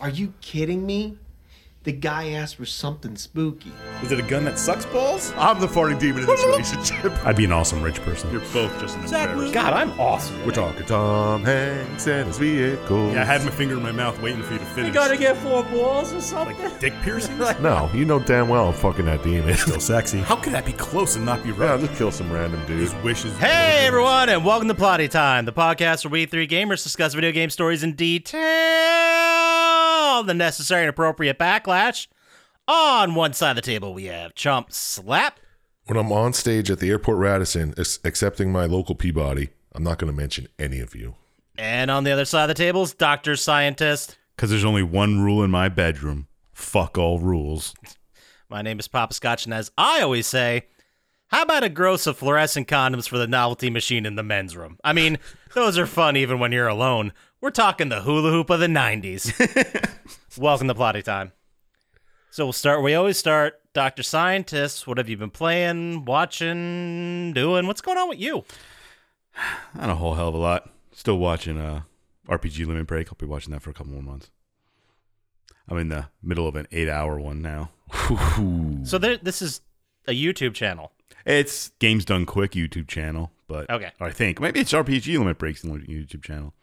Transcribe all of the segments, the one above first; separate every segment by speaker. Speaker 1: Are you kidding me? The guy asked for something spooky.
Speaker 2: Is it a gun that sucks balls?
Speaker 3: I'm the farting demon in this relationship.
Speaker 4: I'd be an awesome rich person.
Speaker 5: You're both just an embarrassment.
Speaker 2: God, I'm awesome.
Speaker 3: We're talking Tom Hanks and his vehicle.
Speaker 5: Yeah, I had my finger in my mouth waiting for you to finish.
Speaker 6: You gotta get four balls or something.
Speaker 5: like dick piercings?
Speaker 3: No, you know damn well I'm fucking that demon.
Speaker 4: Still sexy.
Speaker 5: How could that be close and not be
Speaker 3: yeah, I'll
Speaker 5: right?
Speaker 3: just kill some random dude.
Speaker 5: His wishes.
Speaker 7: Hey everyone, and welcome to Plotty Time, the podcast where we three gamers discuss video game stories in detail, the necessary and appropriate backlash. On one side of the table, we have Chump Slap.
Speaker 3: When I'm on stage at the airport Radisson, ex- accepting my local Peabody, I'm not going to mention any of you.
Speaker 7: And on the other side of the table is Dr. Scientist.
Speaker 5: Because there's only one rule in my bedroom. Fuck all rules.
Speaker 7: My name is Papa Scotch, and as I always say, how about a gross of fluorescent condoms for the novelty machine in the men's room? I mean, those are fun even when you're alone. We're talking the hula hoop of the 90s. Welcome to Plotty Time. So we'll start, we always start, Dr. Scientist, what have you been playing, watching, doing? What's going on with you?
Speaker 5: Not a whole hell of a lot. Still watching uh, RPG Limit Break. I'll be watching that for a couple more months. I'm in the middle of an eight hour one now.
Speaker 7: So there, this is a YouTube channel.
Speaker 5: It's Games Done Quick YouTube channel, but
Speaker 7: Okay.
Speaker 5: or I think maybe it's RPG Limit Breaks YouTube channel.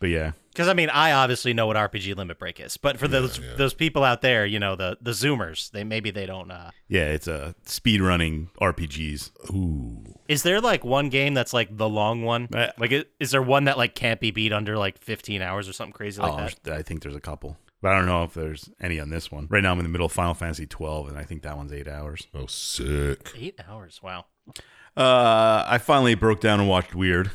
Speaker 5: But yeah,
Speaker 7: Because I mean, I obviously know what RPG Limit Break is, but for those those people out there, you know the the Zoomers, they maybe they don't. Uh,
Speaker 5: yeah, it's a uh, speed running RPGs. Ooh,
Speaker 7: Is there like one game that's like the long one?
Speaker 5: Uh,
Speaker 7: Like, i- is there one that like can't be beat under like 15 hours or something crazy like that?
Speaker 5: I think there's a couple, but I don't know if there's any on this one. Right now, I'm in the middle of Final Fantasy 12, and I think that one's eight hours.
Speaker 3: Oh, sick.
Speaker 7: Eight hours. Wow.
Speaker 5: Uh, I finally broke down and watched Weird.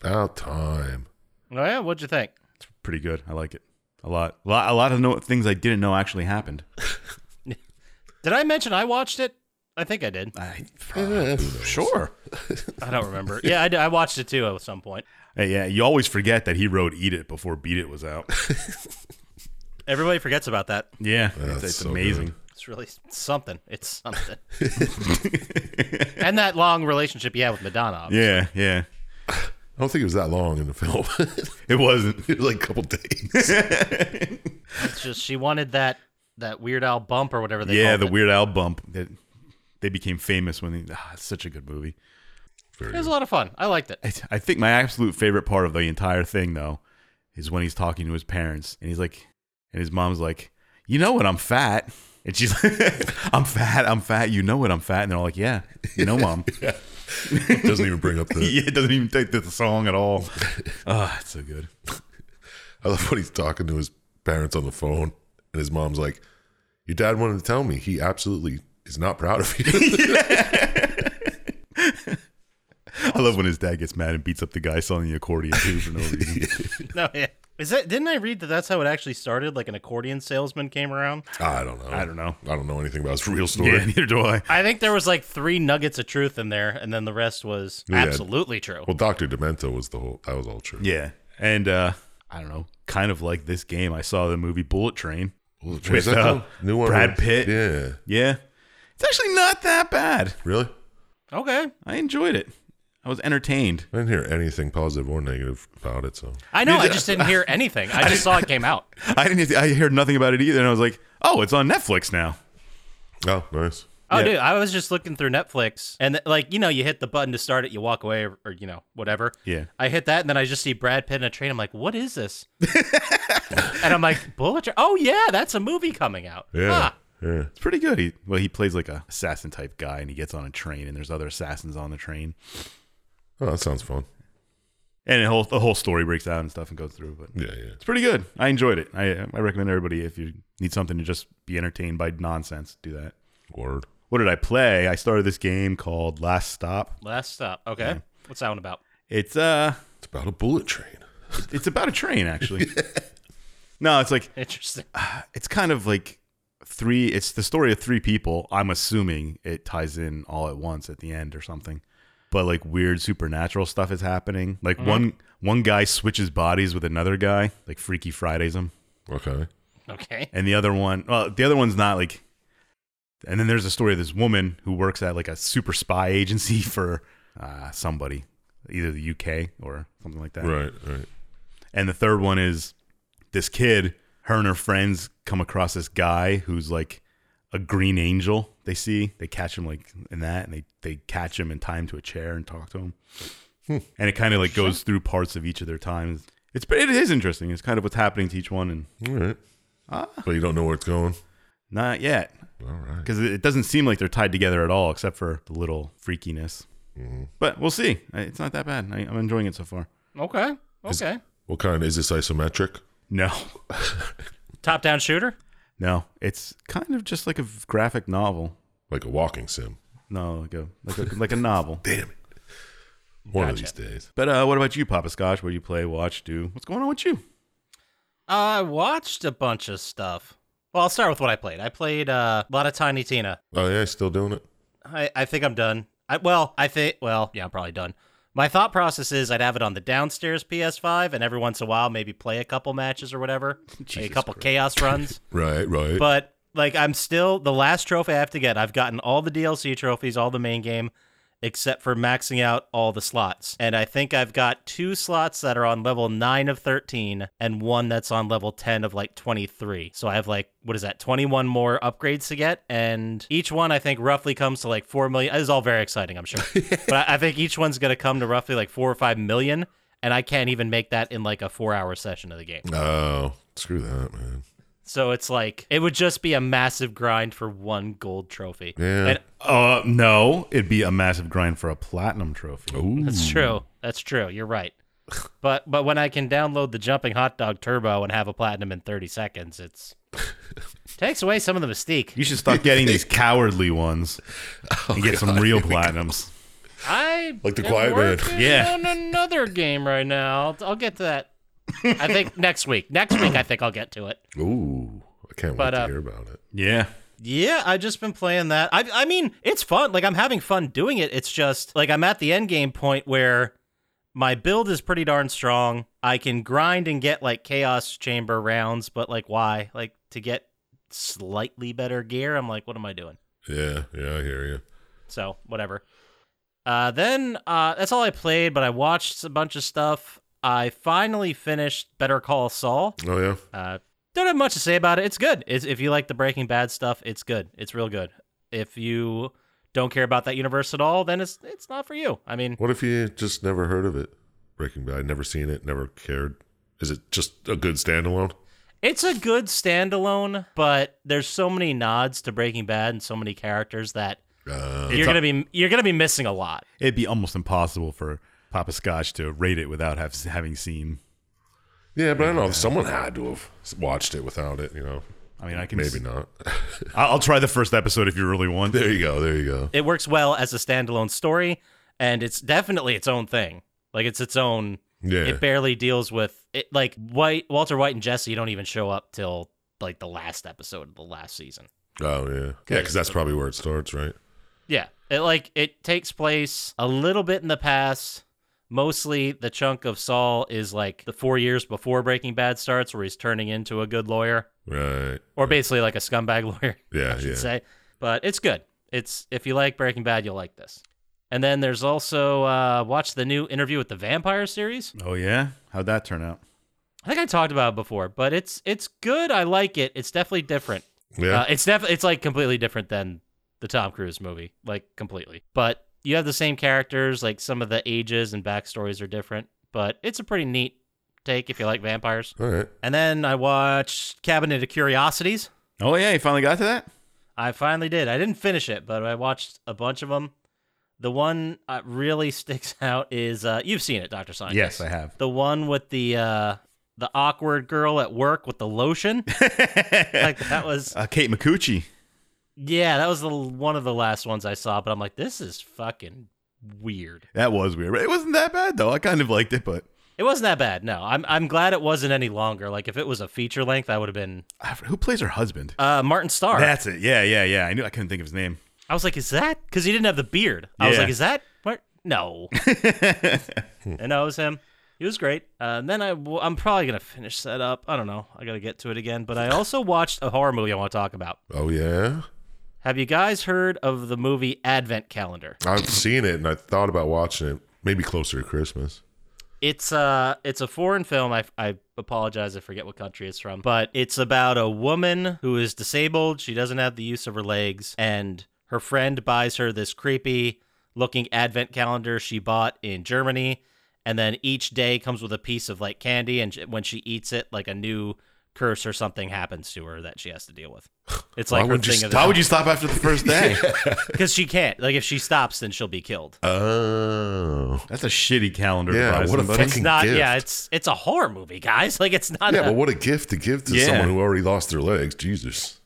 Speaker 3: About time.
Speaker 7: Oh, yeah. What'd you think?
Speaker 5: It's pretty good. I like it a lot. A lot, a lot of no- things I didn't know actually happened.
Speaker 7: Did I mention I watched it? I think I did.
Speaker 5: I,
Speaker 3: Eh,
Speaker 5: sure.
Speaker 7: I don't remember. yeah, I, did. I watched it too at some point.
Speaker 5: Hey, Uh, yeah, you always forget that he wrote "Eat It" before "Beat It" was out.
Speaker 7: Everybody forgets about that.
Speaker 5: Yeah,
Speaker 3: that's
Speaker 5: it's, it's
Speaker 3: so
Speaker 5: amazing.
Speaker 7: It's really something. It's something. and that long relationship you have with Madonna. obviously.
Speaker 5: Yeah, yeah.
Speaker 3: I don't think it was that long in the film.
Speaker 5: It wasn't.
Speaker 3: it was like a couple days.
Speaker 7: It's just she wanted that that Weird Al bump or whatever they
Speaker 5: yeah,
Speaker 7: called
Speaker 5: the
Speaker 7: it.
Speaker 5: Weird Al bump that they became famous when they. Ah, it's such a good movie.
Speaker 7: It was a lot of fun. I liked it.
Speaker 5: I, I think my absolute favorite part of the entire thing though is when he's talking to his parents and he's like, and his mom's like, you know what, I'm fat. And she's like, I'm fat, I'm fat. You know what, I'm fat. And they're all like, yeah, you know, mom.
Speaker 3: Doesn't even bring up the.
Speaker 5: yeah, it doesn't even take the song at all. Ah, it's so good.
Speaker 3: I love when he's talking to his parents on the phone, and his mom's like, "Your dad wanted to tell me he absolutely is not proud of you."
Speaker 5: I love when his dad gets mad and beats up the guy selling the accordion too for no reason.
Speaker 7: No, yeah. Is that didn't I read that that's how it actually started? Like an accordion salesman came around.
Speaker 3: I don't know.
Speaker 5: I don't know.
Speaker 3: I don't know anything about his real story.
Speaker 5: Yeah, neither do I.
Speaker 7: I think there was like three nuggets of truth in there, and then the rest was
Speaker 3: Yeah.
Speaker 7: absolutely true.
Speaker 3: Well, Doctor Demento was the whole. That was all true.
Speaker 5: Yeah. And uh I don't know, kind of like this game, I saw the movie Bullet Train.
Speaker 3: Well, is
Speaker 5: With,
Speaker 3: that
Speaker 5: uh,
Speaker 3: the new one.
Speaker 5: Brad
Speaker 3: with-
Speaker 5: Pitt.
Speaker 3: Yeah.
Speaker 5: Yeah. It's actually not that bad.
Speaker 3: Really?
Speaker 7: Okay,
Speaker 5: I enjoyed it. I was entertained.
Speaker 3: I didn't hear anything positive or negative about it. So
Speaker 7: I know. I just didn't hear anything. I just saw it came out.
Speaker 5: I didn't I heard nothing about it either and I was like, "Oh, it's on Netflix now."
Speaker 3: oh, nice.
Speaker 7: Oh,
Speaker 5: Yeah.
Speaker 7: dude, I was just looking through Netflix, and like you know, you hit the button to start it, you walk away, or, or, you know, whatever.
Speaker 5: Yeah.
Speaker 7: I hit that, and then I just see Brad Pitt in a train. I'm like, what is this? and I'm like, Bullet. Train? Oh yeah, that's a movie coming out.
Speaker 3: Yeah.
Speaker 5: Ah.
Speaker 7: Huh.
Speaker 3: Yeah.
Speaker 5: It's pretty good. He well, he plays like a assassin type guy and he gets on a train and there's other assassins on the train.
Speaker 3: Oh, that sounds fun.
Speaker 5: And the whole the whole story breaks out and stuff and goes through, but
Speaker 3: Yeah, yeah.
Speaker 5: it's pretty good. I enjoyed it. I I recommend everybody if you need something to just be entertained by nonsense, do that.
Speaker 3: Word.
Speaker 5: What did I play? I started this game called Last Stop.
Speaker 7: Last stop. Okay. What's that one about?
Speaker 5: It's uh
Speaker 3: It's about a bullet train.
Speaker 5: it's about a train actually. no, it's like
Speaker 7: Interesting.
Speaker 5: it's kind of like three it's the story of three people. I'm assuming it ties in all at once at the end or something. But like weird supernatural stuff is happening. Like one one guy switches bodies with another guy, like Freaky Fridays him.
Speaker 3: Okay.
Speaker 7: Okay.
Speaker 5: and the other one well the other one's not like and then there's a story of this woman who works at like a super spy agency for uh, somebody either the uk or something like that
Speaker 3: Right. Right.
Speaker 5: and the third one is this kid her and her friends come across this guy who's like a green angel. They see, they catch him like in that, and they they catch him and tie him to a chair and talk to him. and it kind of like goes through parts of each of their times. It's it is interesting. It's kind of what's happening to each one, and
Speaker 3: All right.
Speaker 5: Ah.
Speaker 3: but you don't know where it's going.
Speaker 5: not yet
Speaker 3: All right.
Speaker 5: because it it doesn't seem like they're tied together at all, except for the little freakiness. But we'll see. I- It's not that bad. I, I'm enjoying it so far.
Speaker 7: Okay. Okay.
Speaker 3: What kind is this isometric?
Speaker 5: No,
Speaker 7: Top down shooter?
Speaker 5: no, it's kind of just like a v- graphic novel.
Speaker 3: Like a walking sim.
Speaker 5: No, like a like a, like a novel.
Speaker 3: Damn it. One of these days.
Speaker 5: But uh, what about you, Papa Scotch? What do you play, watch, do? What's going on with you?
Speaker 7: I watched a bunch of stuff. Well, I'll start with what I played. I played uh, a lot of Tiny Tina.
Speaker 3: Oh yeah, still doing it.
Speaker 7: I, I think I'm done. I, well, I think, well, yeah, I'm probably done. My thought process is I'd have it on the downstairs PS5 and every once in a while maybe play a couple matches or whatever, like a couple chaos runs.
Speaker 3: Right, right.
Speaker 7: but like I'm still the last trophy I have to get. I've gotten all the DLC trophies, all the main game, except for maxing out all the slots. And I think I've got two slots that are on level 9 of 13 and one that's on level 10 of like 23. So I have like what is that? 21 more upgrades to get and each one I think roughly comes to like 4 million. This is all very exciting, I'm sure. but I, I think each one's going to come to roughly like 4 or 5 million and I can't even make that in like a 4-hour session of the game.
Speaker 3: oh, screw that, man.
Speaker 7: So it's like it would just be a massive grind for one gold trophy.
Speaker 3: Yeah.
Speaker 7: And
Speaker 5: Uh, no, it'd be a massive grind for a platinum trophy.
Speaker 7: that's true. That's true. You're right. But but when I can download the jumping hot dog turbo and have a platinum in 30 seconds, it's takes away some of the mystique.
Speaker 5: You should stop getting these cowardly ones and get some real platinums.
Speaker 7: I
Speaker 3: Like the
Speaker 7: am
Speaker 3: Quiet Man.
Speaker 7: working
Speaker 5: Yeah.
Speaker 7: On another game right now. I'll, I'll get to that. I think next week. Next week I think I'll get to it.
Speaker 3: Ooh. I can't
Speaker 7: But,
Speaker 3: wait
Speaker 7: uh,
Speaker 3: to hear about it.
Speaker 5: Yeah.
Speaker 7: Yeah, I've just been playing that. I I mean, it's fun. Like I'm having fun doing it. It's just like I'm at the end game point where my build is pretty darn strong. I can grind and get like chaos chamber rounds, but like why? Like to get slightly better gear. I'm like, what am I doing?
Speaker 3: Yeah, yeah, I hear you.
Speaker 7: So whatever. Uh, then uh, that's all I played, but I watched a bunch of stuff. I finally finished Better Call Saul.
Speaker 3: Oh yeah.
Speaker 7: Uh, don't have much to say about it. It's good. It's, if you like the Breaking Bad stuff, it's good. It's real good. If you don't care about that universe at all, then it's it's not for you. I mean,
Speaker 3: What if you just never heard of it? Breaking Bad, never seen it, never cared. Is it just a good standalone?
Speaker 7: it's a good standalone, but there's so many nods to Breaking Bad and so many characters that
Speaker 3: Uh,
Speaker 7: you're gonna be you're gonna be missing a lot.
Speaker 5: It'd be almost impossible for Papa Scotch to rate it without have, having seen.
Speaker 3: yeah, but I don't know. Someone had to have watched it without it, you know.
Speaker 5: I mean, I can.
Speaker 3: Maybe not.
Speaker 5: I- I'll try the first episode if you really want.
Speaker 3: there you go. There you go.
Speaker 7: It works well as a standalone story, and it's definitely its own thing. Like it's its own
Speaker 3: Yeah.
Speaker 7: it barely deals with it like white walter white and jesse don't even show up till like the last episode of the last season
Speaker 3: Oh yeah. Yeah, because that's probably where it starts, right?
Speaker 7: yeah it like it takes place a little bit in the past mostly the chunk of saul is like the four years before breaking bad starts where he's turning into a good lawyer
Speaker 3: Right.
Speaker 7: or basically like a scumbag lawyer
Speaker 3: Yeah,
Speaker 7: I should
Speaker 3: yeah.
Speaker 7: say. But it's good. It's if you like Breaking Bad, you'll like this. And then there's also uh, watch the new Interview with the Vampire series.
Speaker 5: Oh yeah, how'd that turn out?
Speaker 7: I think I talked about it before, but it's it's good. I like it. It's definitely different.
Speaker 3: Yeah.
Speaker 7: Uh, it's def- it's like completely different than the Tom Cruise movie, like completely. But you have the same characters, like some of the ages and backstories are different, but it's a pretty neat take if you like vampires.
Speaker 5: Uh,
Speaker 3: All right.
Speaker 7: And then I watched Cabinet of Curiosities.
Speaker 5: Oh yeah, you finally got to that.
Speaker 7: I finally did. I didn't finish it, but I watched a bunch of them. The one that really sticks out is uh, you've seen it, Doctor Science.
Speaker 5: I have.
Speaker 7: The one with the uh, the awkward girl at work with the lotion. like that was
Speaker 5: Uh, Kate McCucci.
Speaker 7: yeah, that was the one of the last ones I saw. But I'm like, this is fucking weird.
Speaker 5: That was weird. It wasn't that bad though. I kind of liked it, but
Speaker 7: It wasn't that bad. No, I'm I'm glad it wasn't any longer. Like if it was a feature length, I would have been
Speaker 5: I f- who plays her husband?
Speaker 7: uh, Martin Starr.
Speaker 5: That's it. Yeah, yeah, yeah. I knew I couldn't think of his name.
Speaker 7: I was like, is that because he didn't have the beard? I was
Speaker 5: Yeah.
Speaker 7: like, is that Mar- no? and that was him. He was great. Uh, and then I, w- I'm probably gonna finish that up. I don't know. I gotta get to it again. But I also watched a horror movie I want to talk about.
Speaker 3: Oh yeah.
Speaker 7: Have you guys heard of the movie Advent Calendar?
Speaker 3: I've seen it and I thought about watching it. Maybe closer to Christmas.
Speaker 7: It's uh it's a foreign film. I I apologize, I forget what country it's from. But it's about a woman who is disabled, she doesn't have the use of her legs, and her friend buys her this creepy looking advent calendar she bought in Germany, and then each day comes with a piece of like candy and sh- when she eats it, like a new curse or something happens to her that she has to deal with. It's
Speaker 3: Why
Speaker 7: like her
Speaker 3: would you
Speaker 7: thing
Speaker 3: stop-
Speaker 5: Why would you stop after the first day?
Speaker 7: because she can't. Like if she stops then she'll be killed.
Speaker 3: Oh.
Speaker 5: That's a shitty calendar.
Speaker 3: Yeah,
Speaker 5: to buy
Speaker 3: what a
Speaker 5: somebody.
Speaker 3: fucking-
Speaker 7: It's not
Speaker 3: gift.
Speaker 7: yeah, it's it's a horror movie, guys. Like it's not
Speaker 3: Yeah,
Speaker 7: a-
Speaker 3: but what a gift to give to
Speaker 5: Yeah.
Speaker 3: someone who already lost their legs. Jesus.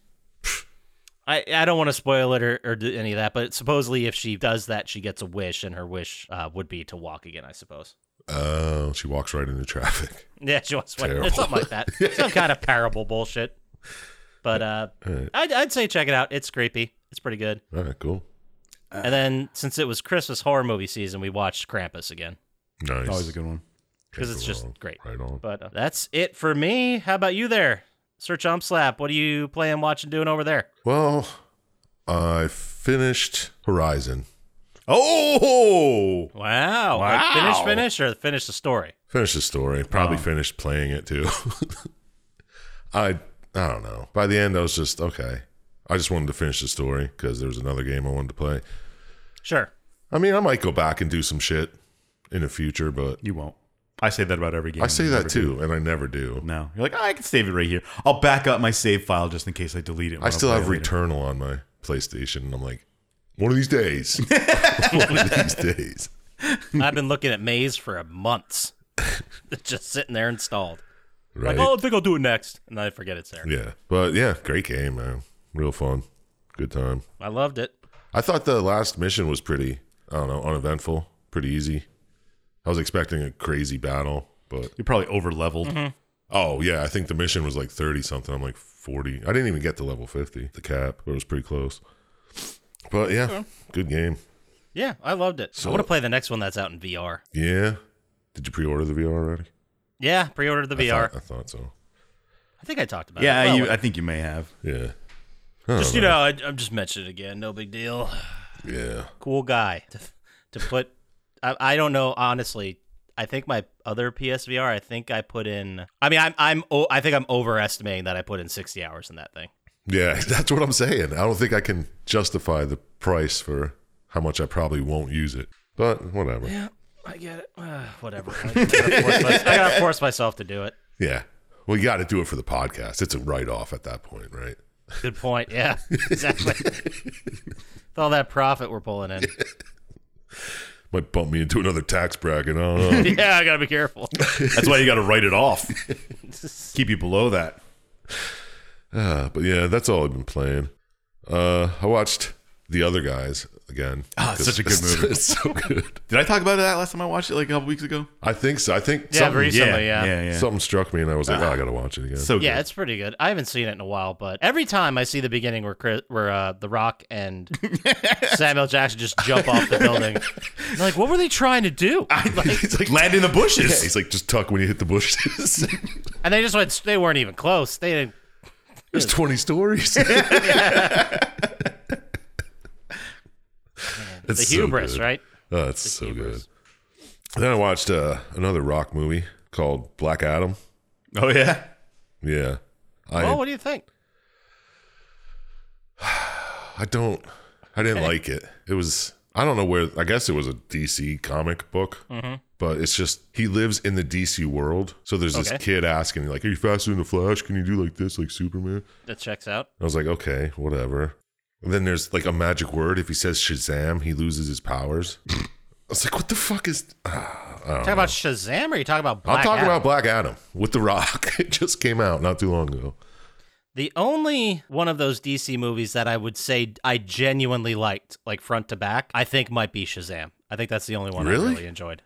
Speaker 7: I, I don't want to spoil it or, or do any of that, but supposedly if she does that, she gets a wish, and her wish uh, would be to walk again, I suppose.
Speaker 3: Oh, she walks right into traffic.
Speaker 7: Yeah, she wants to
Speaker 3: Terrible.
Speaker 7: It's something like that. Some kind of parable bullshit. But uh,
Speaker 3: right.
Speaker 7: I'd, I'd say check it out. It's creepy. It's pretty good.
Speaker 3: All right, cool. Uh.
Speaker 7: And then since it was Christmas horror movie season, we watched Krampus again
Speaker 3: Nice.
Speaker 5: Always a good one.
Speaker 7: because
Speaker 3: Can't
Speaker 7: it's
Speaker 3: go
Speaker 7: just
Speaker 3: wrong.
Speaker 7: great.
Speaker 3: Right on.
Speaker 7: But uh, that's it for me. How about you there, Sir Chomp Slap? What are you playing, watching, doing over there?
Speaker 3: Well, I finished Horizon.
Speaker 5: Oh,
Speaker 7: Wow.
Speaker 5: Wow.
Speaker 7: Finish, finish, or finish the story?
Speaker 3: Finished the story. Probably finished playing it too. I I don't know. By the end, I was just okay. I just wanted to finish the story because there was another game I wanted to play.
Speaker 7: Sure.
Speaker 3: I mean, I might go back and do some shit in the future, but
Speaker 5: you won't. I say that about every game.
Speaker 3: I say
Speaker 5: You
Speaker 3: that
Speaker 5: never do.
Speaker 3: too, and I never do.
Speaker 5: No, you're like "Ah, I can save it right here. I'll back up my save file just in case I delete it. when
Speaker 3: I still
Speaker 5: play
Speaker 3: have
Speaker 5: it later."
Speaker 3: Returnal on my PlayStation, and I'm like, one of these days, one of these days.
Speaker 7: I've been looking at Maze for months. It's just sitting there installed.
Speaker 3: Right?
Speaker 7: Like, oh, I think I'll do it next. And I forget it's there.
Speaker 3: Yeah, but yeah, great game, man. Real fun, good time.
Speaker 7: I loved it.
Speaker 3: I thought the last mission was pretty, I don't know, uneventful, pretty easy. I was expecting a crazy battle, but
Speaker 5: You're probably over leveled.
Speaker 7: Mm-hmm.
Speaker 3: oh yeah, I think the mission was like thirty something. I'm like forty. I didn't even get to level fifty, the cap, but it was pretty close. But yeah, good game.
Speaker 7: Yeah, I loved it. I want to play the next one that's out in VR.
Speaker 3: Yeah, did you pre-order the VR already?
Speaker 7: Yeah, pre ordered the
Speaker 3: I
Speaker 7: VR.
Speaker 3: thought, I thought so.
Speaker 7: I think I talked about
Speaker 5: Yeah,
Speaker 7: it. Well,
Speaker 5: you, I think you may have.
Speaker 3: Yeah,
Speaker 7: just, you know, I, I'm just mentioning it again. No big deal.
Speaker 3: yeah.
Speaker 7: Cool guy. To, to put, I, I don't know, honestly. I think my other PSVR, I think I put in, I mean, I'm, I'm, o- I think I'm overestimating that I put in 60 hours in that thing.
Speaker 3: Yeah, that's what I'm saying. I don't think I can justify the price for how much I probably won't use it. But whatever. Yeah.
Speaker 7: I get it. whatever. I gotta, force my- I gotta force myself to do it.
Speaker 3: We got to do it for the podcast. It's a write off at that point, right?
Speaker 7: Good point. Yeah, exactly. With all that profit we're pulling in.
Speaker 3: Might bump me into another tax bracket. I don't know.
Speaker 7: Yeah, I gotta be careful.
Speaker 5: That's why you got to write it off. Keep you below that.
Speaker 3: Uh, but yeah, that's all I've been playing. Uh, I watched The Other Guys again.
Speaker 5: Ah, it's such a good movie.
Speaker 3: It's so good.
Speaker 5: Did I talk about that last time I watched it, like a couple weeks ago?
Speaker 3: I think so. I think
Speaker 7: Yeah,
Speaker 3: something,
Speaker 7: recently. Yeah, yeah.
Speaker 5: yeah, yeah.
Speaker 3: something struck me and I was like, oh, I got to watch it again.
Speaker 5: Ah. so good.
Speaker 7: it's pretty good. I haven't seen it in a while, but every time I see the beginning where Chris, where uh, The Rock and Samuel Jackson just jump off the building, I'm like, what were they trying to do?
Speaker 3: he's like,
Speaker 5: land in the bushes.
Speaker 3: yeah, he's like, just tuck when you hit the bushes.
Speaker 7: And they just went. They weren't even close. They didn't.
Speaker 3: There's 20 stories.
Speaker 7: The hubris, right?
Speaker 3: Oh, it's so good. Then I watched uh, another rock movie called Black Adam.
Speaker 5: oh yeah.
Speaker 3: Yeah. I,
Speaker 5: Oh,
Speaker 7: Well, what do you think?
Speaker 3: I don't, I didn't like it. It was, I don't know where, I guess it was a DC comic book,
Speaker 7: Mm-hmm.
Speaker 3: but it's just, he lives in the DC world. So there's
Speaker 7: Okay.
Speaker 3: this kid asking, like, are you faster than the Flash? Can you do like this, like Superman?
Speaker 7: That checks out.
Speaker 3: I was like, okay, whatever. And then there's like a magic word. If he says Shazam, he loses his powers. I was like, what the fuck is, ah,
Speaker 7: Talk about Shazam, or you talking Uh-huh. about Black
Speaker 3: I'm talking
Speaker 7: Adam?
Speaker 3: about Black Adam with The Rock. It just came out not too long ago.
Speaker 7: The only one of those DC movies that I would say I genuinely liked, like front to back, I think might be Shazam. I think that's the only one I
Speaker 3: Really?
Speaker 7: really enjoyed.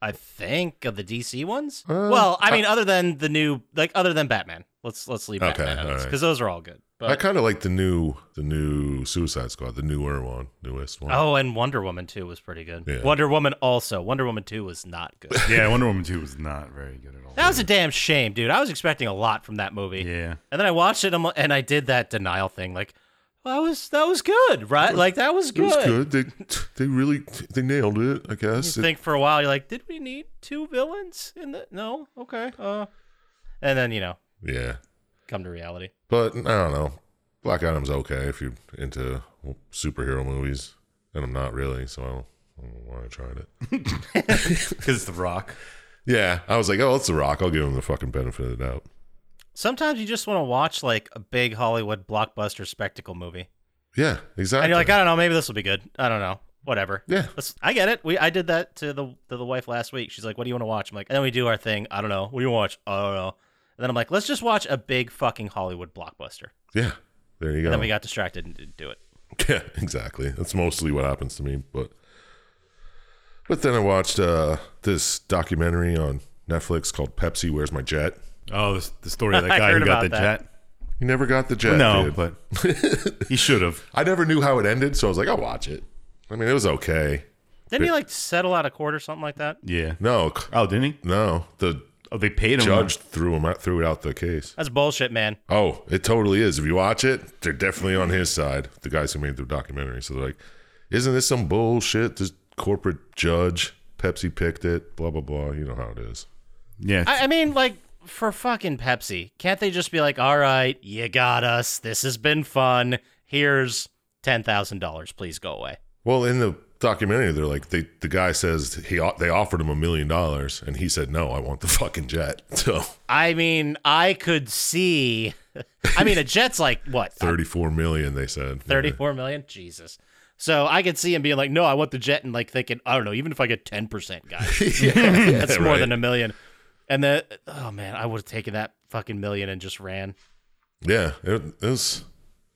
Speaker 7: I think of the DC ones.
Speaker 3: Uh,
Speaker 7: well, I mean, other than the new, like other than Batman. Let's let's leave
Speaker 3: Okay,
Speaker 7: Batman out
Speaker 3: all right.
Speaker 7: because those are all good.
Speaker 3: I
Speaker 7: But
Speaker 3: kind of like the new the new Suicide Squad, the newer one, newest one.
Speaker 7: oh, and Wonder Woman two was pretty good.
Speaker 3: Yeah.
Speaker 7: Wonder Woman also. Wonder Woman two was not good.
Speaker 5: Yeah, Wonder Woman two was not very good at all.
Speaker 7: that was a damn shame, dude. I was expecting a lot from that movie.
Speaker 5: yeah.
Speaker 7: And then I watched it, I'm- and I did that denial thing, like, Well, that was that was good, right? Like that was
Speaker 3: It
Speaker 7: good.
Speaker 3: was good. They they really they nailed it. I guess.
Speaker 7: You
Speaker 3: It-
Speaker 7: think for a while, you're like, did we need two villains in the? No, okay. Uh, and then you know,
Speaker 3: yeah,
Speaker 7: come to reality.
Speaker 3: but I don't know. Black Adam's okay if you're into superhero movies, and I'm not really, so I don't, I don't know why I tried it.
Speaker 5: because it's The Rock.
Speaker 3: Yeah, I was like, oh, it's The Rock. I'll give him the fucking benefit of the doubt.
Speaker 7: Sometimes you just want to watch like a big Hollywood blockbuster spectacle movie,
Speaker 3: Yeah, exactly.
Speaker 7: and you're like, I don't know, maybe this will be good. I don't know, whatever.
Speaker 3: yeah,
Speaker 7: Let's, I get it. We I did that to the to the wife last week. She's like, "What do you want to watch?" I'm like, and then we do our thing. I don't know. What do you want to watch? I don't know. And then I'm like, "Let's just watch a big fucking Hollywood blockbuster."
Speaker 3: yeah. There you go.
Speaker 7: And then we got distracted and didn't do it.
Speaker 3: Yeah, exactly. That's mostly what happens to me. But but then I watched uh, this documentary on Netflix called Pepsi. Where's my jet?
Speaker 5: Oh, the, the story of that
Speaker 7: I
Speaker 5: guy who
Speaker 7: heard
Speaker 5: got the
Speaker 7: about that.
Speaker 5: jet.
Speaker 3: You never got the jet.
Speaker 5: no,
Speaker 3: dude.
Speaker 5: but he should have.
Speaker 3: I never knew how it ended, so I was like, I'll watch it. I mean, it was okay.
Speaker 7: Didn't he like settle out of court or something like that?
Speaker 5: Yeah.
Speaker 3: No, c-
Speaker 5: Oh, didn't he?
Speaker 3: no. The
Speaker 5: Oh, they paid him.
Speaker 3: judge threw him out, threw out the case.
Speaker 7: That's bullshit, man.
Speaker 3: Oh, it totally is. If you watch it, they're definitely on his side. The guys who made the documentary. So they're like, isn't this some bullshit? This corporate judge, Pepsi picked it. Blah blah blah. You know how it is.
Speaker 5: Yeah.
Speaker 7: I, I mean, like for fucking Pepsi, can't they just be like, "All right, you got us. This has been fun. Here's ten thousand dollars. Please go away."
Speaker 3: Well, in the documentary, they're like they, the guy says he they offered him a million dollars, and he said no, I want the fucking jet. So
Speaker 7: I mean, I could see. I mean, a jet's like what
Speaker 3: thirty four million, they said.
Speaker 7: Thirty-four million, Jesus. So I could see him being like, no, I want the jet and like thinking, I don't know, even if I get 10%, guys, that's more
Speaker 3: right.
Speaker 7: than a million. And then, oh man, I would have taken that fucking million and just ran.
Speaker 3: Yeah, Yeah, it, it was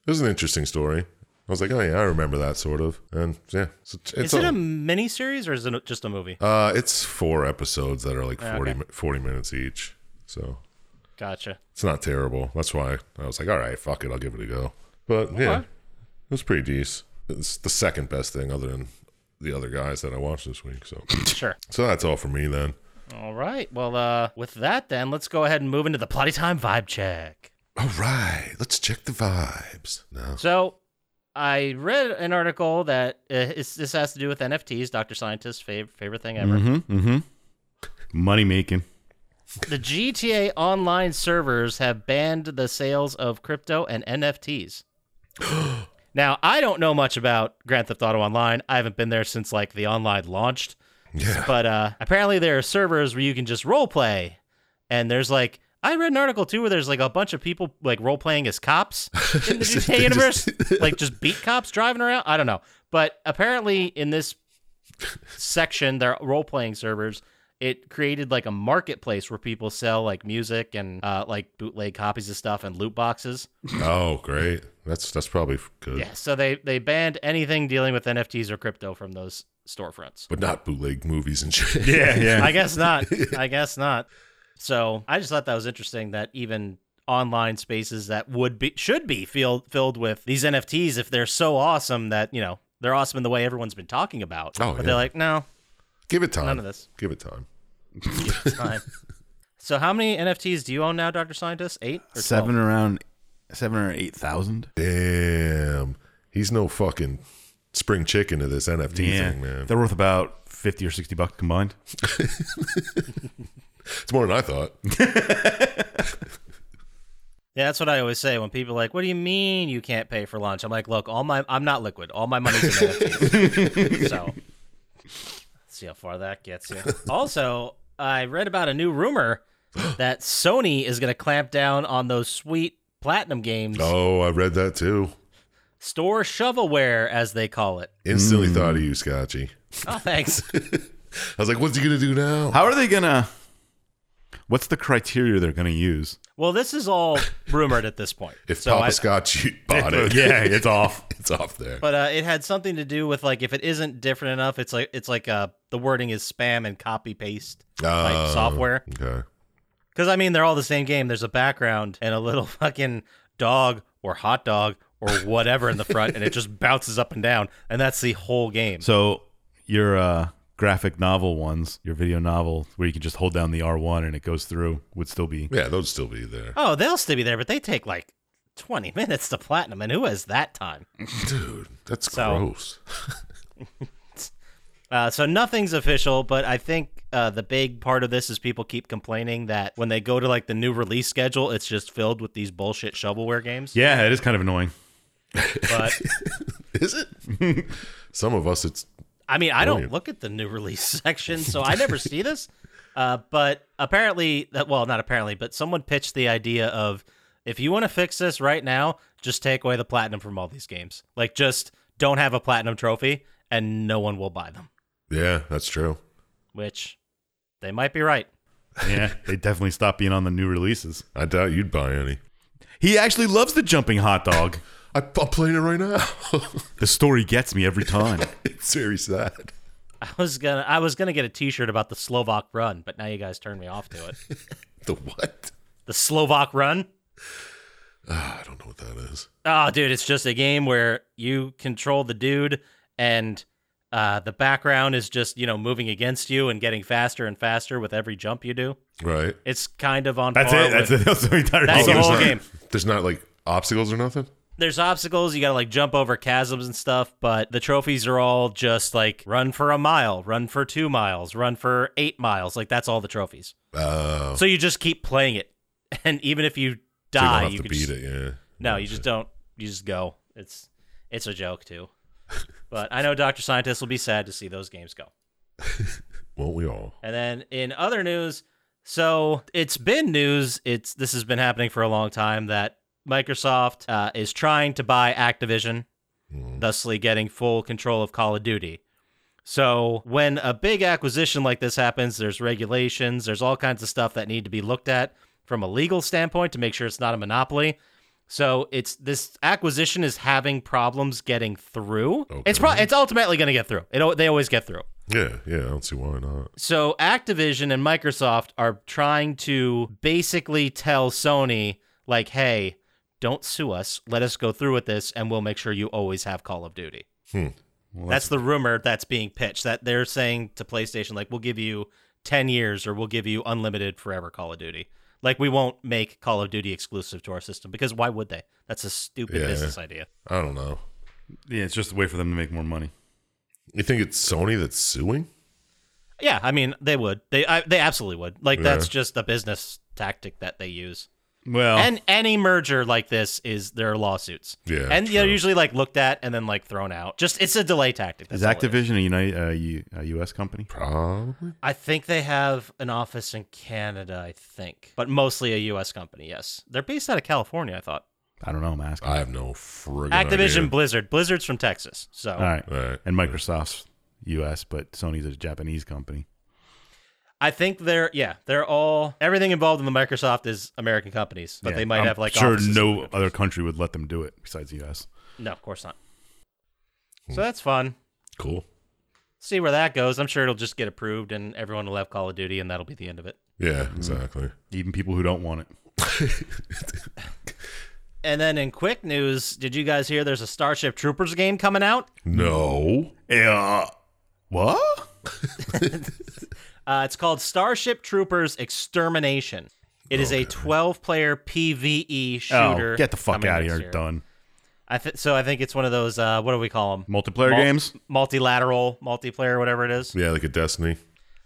Speaker 3: it was an interesting story. I was like, oh yeah, I remember that sort of, and yeah, it's, it's
Speaker 7: Is it
Speaker 3: a-
Speaker 7: a mini series or is it just a movie?
Speaker 3: uh, it's four episodes that are like 40,
Speaker 7: okay.
Speaker 3: mi- 40 minutes each, so
Speaker 7: Gotcha.
Speaker 3: it's not terrible. That's why I was like, all right, fuck it, I'll give it a go. But yeah, it was pretty decent. It's the second best thing other than the other guys that I watched this week. So.
Speaker 7: Sure.
Speaker 3: So that's all for me then.
Speaker 7: All right. Well, uh, with that, then let's go ahead and move into the plotty time vibe check.
Speaker 3: All right, let's check the vibes. No.
Speaker 7: So I read an article that uh, it's, this has to do with NFTs, Dr. Scientist's fav- favorite thing ever.
Speaker 5: Mm-hmm. Mm-hmm. Money making.
Speaker 7: The GTA Online servers have banned the sales of crypto and NFTs. now, I don't know much about Grand Theft Auto Online. I haven't been there since like the online launched.
Speaker 3: Yeah.
Speaker 7: But uh, apparently, there are servers where you can just role play, and there's like I read an article too where there's like a bunch of people like role playing as cops in the
Speaker 3: Just-
Speaker 7: GTA
Speaker 3: they
Speaker 7: universe,
Speaker 3: just-
Speaker 7: like just beat cops driving around. I don't know, but apparently in this section, their role playing servers. It created like a marketplace where people sell like music and uh, like bootleg copies of stuff and loot boxes.
Speaker 3: Oh, great. That's that's probably good.
Speaker 7: Yeah, so they they banned anything dealing with NFTs or crypto from those storefronts.
Speaker 3: But not bootleg movies and shit.
Speaker 5: Yeah. Yeah.
Speaker 7: I guess not. I guess not. So I just thought that was interesting that even online spaces that would be should be filled filled with these NFTs if they're so awesome that you know they're awesome in the way everyone's been talking about.
Speaker 3: Oh,
Speaker 7: but
Speaker 3: yeah.
Speaker 7: they're like, no,
Speaker 3: Give it time.
Speaker 7: None of this.
Speaker 3: Give it time.
Speaker 7: it's fine. so how many NFTs do you own now, Doctor Scientist? Eight or 12?
Speaker 5: Seven around seven or eight thousand.
Speaker 3: Damn. He's no fucking spring chicken to this NFT thing, man.
Speaker 5: They're worth about fifty or sixty bucks combined.
Speaker 3: It's more than I thought.
Speaker 7: Yeah, that's what I always say when people are like, "What do you mean you can't pay for lunch?" I'm like, "Look, all my I'm not liquid. All my money's in NFTs." so, see how far that gets you. Also, I read about a new rumor that Sony is going to clamp down on those sweet platinum games,
Speaker 3: Oh, I read that too.
Speaker 7: store shovelware as they call it.
Speaker 3: Instantly
Speaker 5: Mm.
Speaker 3: thought of you, Scotchy.
Speaker 7: Oh, thanks.
Speaker 3: I was like, what's he gonna do now?
Speaker 5: How are they gonna? What's the criteria they're gonna use?
Speaker 7: well, this is all rumored at this point.
Speaker 3: if
Speaker 7: so
Speaker 3: Papa
Speaker 7: I-
Speaker 3: Scotchy bought it.
Speaker 5: yeah, it's off.
Speaker 3: It's off there.
Speaker 7: but uh, it had something to do with like if it isn't different enough, it's like it's like uh the wording is spam and copy paste like
Speaker 3: Oh,
Speaker 7: software.
Speaker 3: Okay.
Speaker 7: Because I mean, they're all the same game. There's a background and a little fucking dog or hot dog or whatever in the front, and it just bounces up and down, and that's the whole game.
Speaker 5: So your uh, graphic novel ones, your video novel, where you can just hold down the R one and it goes through, would still be.
Speaker 3: Yeah, they'll still be there.
Speaker 7: oh, they'll still be there, but they take like 20 minutes to platinum, and who has that time?
Speaker 3: Dude, that's
Speaker 7: Oh. So-
Speaker 3: gross.
Speaker 7: Uh, so nothing's official, but I think uh, the big part of this is people keep complaining that when they go to like the new release schedule, it's just filled with these bullshit shovelware games.
Speaker 5: Yeah, it is kind of annoying.
Speaker 7: But
Speaker 3: Is it? Some of us, it's
Speaker 7: I mean, I don't
Speaker 3: Brilliant.
Speaker 7: look at the new release section, so I never see this. Uh, but apparently, that well, not apparently, but someone pitched the idea of if you want to fix this right now, just take away the platinum from all these games. Like, just don't have a platinum trophy, and no one will buy them.
Speaker 3: yeah, that's true.
Speaker 7: Which they might be right.
Speaker 5: Yeah, they definitely stopped being on the new releases.
Speaker 3: I doubt you'd buy any.
Speaker 5: He actually loves the jumping hot dog.
Speaker 3: I, I'm playing it right now.
Speaker 5: The story gets me every time.
Speaker 3: it's very sad.
Speaker 7: I was gonna, I was gonna get a T-shirt about the Slovak Run, but now you guys turned me off to it.
Speaker 3: The what?
Speaker 7: The Slovak Run.
Speaker 3: Ah, I don't know what that is.
Speaker 7: Oh, dude, it's just a game where you control the dude and uh, the background is just, you know, moving against you and getting faster and faster with every jump you do.
Speaker 3: Right. Oh,
Speaker 7: It's kind of on
Speaker 5: That's
Speaker 7: par
Speaker 5: it. That's
Speaker 7: with-
Speaker 5: it. That's the entire
Speaker 7: That's the
Speaker 5: game.
Speaker 3: there's
Speaker 7: whole
Speaker 3: not-
Speaker 7: game.
Speaker 3: There's not like obstacles or nothing.
Speaker 7: There's obstacles. You got to like jump over chasms and stuff, but the trophies are all just like run for a mile, run for two miles, run for eight miles. Like that's all the trophies.
Speaker 3: Oh,
Speaker 7: So you just keep playing it. And even if
Speaker 3: so
Speaker 7: you
Speaker 3: you don't
Speaker 7: die,
Speaker 3: have
Speaker 7: you
Speaker 3: to
Speaker 7: can
Speaker 3: beat
Speaker 7: just-
Speaker 3: it. Yeah.
Speaker 7: No, you just don't. You just go. It's it's a joke too. But I know Dr. Scientist will be sad to see those games go.
Speaker 3: Won't we all?
Speaker 7: And then in other news, so it's been news. It's this has been happening for a long time that Microsoft uh, is trying to buy Activision, thusly getting full control of Call of Duty. So when a big acquisition like this happens, there's regulations, there's all kinds of stuff that need to be looked at from a legal standpoint to make sure it's not a monopoly. So it's this acquisition is having problems getting through. It's pro- it's ultimately going to get through. It, al- they always get through.
Speaker 3: Yeah. Yeah. I don't see why not.
Speaker 7: So Activision and Microsoft are trying to basically tell Sony, like, hey, don't sue us. Let us go through with this, and we'll make sure you always have Call of Duty.
Speaker 3: Hmm.
Speaker 7: that's, the rumor that's being pitched. That they're saying to PlayStation, like, we'll give you ten years, or we'll give you unlimited forever Call of Duty. Like, we won't make Call of Duty exclusive to our system because why would they? That's a stupid
Speaker 3: Yeah.
Speaker 7: business idea.
Speaker 3: I don't know.
Speaker 5: Yeah, it's just a way for them to make more money.
Speaker 3: You think it's Sony that's suing?
Speaker 7: Yeah, I mean, they would. They I, they absolutely would. Like,
Speaker 3: Yeah.
Speaker 7: that's just a business tactic that they use.
Speaker 5: Well,
Speaker 7: and any merger like this is there are lawsuits.
Speaker 3: Yeah,
Speaker 7: and they're
Speaker 3: true.
Speaker 7: usually like looked at and then like thrown out. Just it's a delay tactic.
Speaker 5: is
Speaker 7: that's all it is.
Speaker 5: Activision a, United, uh, U, a U.S. company?
Speaker 3: Probably.
Speaker 7: I think they have an office in Canada. I think, but mostly a U.S. company. Yes, they're based out of California. I thought
Speaker 5: I don't know. I'm asking.
Speaker 3: I have no friggin'
Speaker 7: Activision
Speaker 3: idea.
Speaker 7: Blizzard. Blizzard's from Texas, so
Speaker 5: All right.
Speaker 3: All right.
Speaker 5: And Microsoft's U.S., but Sony's a Japanese company.
Speaker 7: I think they're yeah they're all everything involved in the Microsoft is American companies, but
Speaker 5: Yeah,
Speaker 7: they might
Speaker 5: I'm
Speaker 7: have like
Speaker 5: sure
Speaker 7: offices in
Speaker 5: no
Speaker 7: other countries.
Speaker 5: other country would let them do it besides the U.S.
Speaker 7: no of course not.
Speaker 5: Hmm.
Speaker 7: So that's fun.
Speaker 3: Cool.
Speaker 7: See where that goes. I'm sure it'll just get approved, and everyone will have Call of Duty, and that'll be the end of it.
Speaker 3: Yeah. Exactly.
Speaker 5: Even people who don't want it.
Speaker 7: And then in quick news, did you guys hear there's a Starship Troopers game coming out?
Speaker 3: No.
Speaker 5: Yeah. What?
Speaker 7: Uh, it's called Starship Troopers Extermination. It is a 12 player PVE E shooter.
Speaker 5: Oh, get the fuck
Speaker 7: coming
Speaker 5: out of
Speaker 7: next
Speaker 5: here.
Speaker 7: year.
Speaker 5: Done.
Speaker 7: I th- so I think it's one of those, uh, what do we call them?
Speaker 5: Multiplayer games?
Speaker 7: Multilateral, multiplayer, whatever it is.
Speaker 3: Yeah, like a Destiny.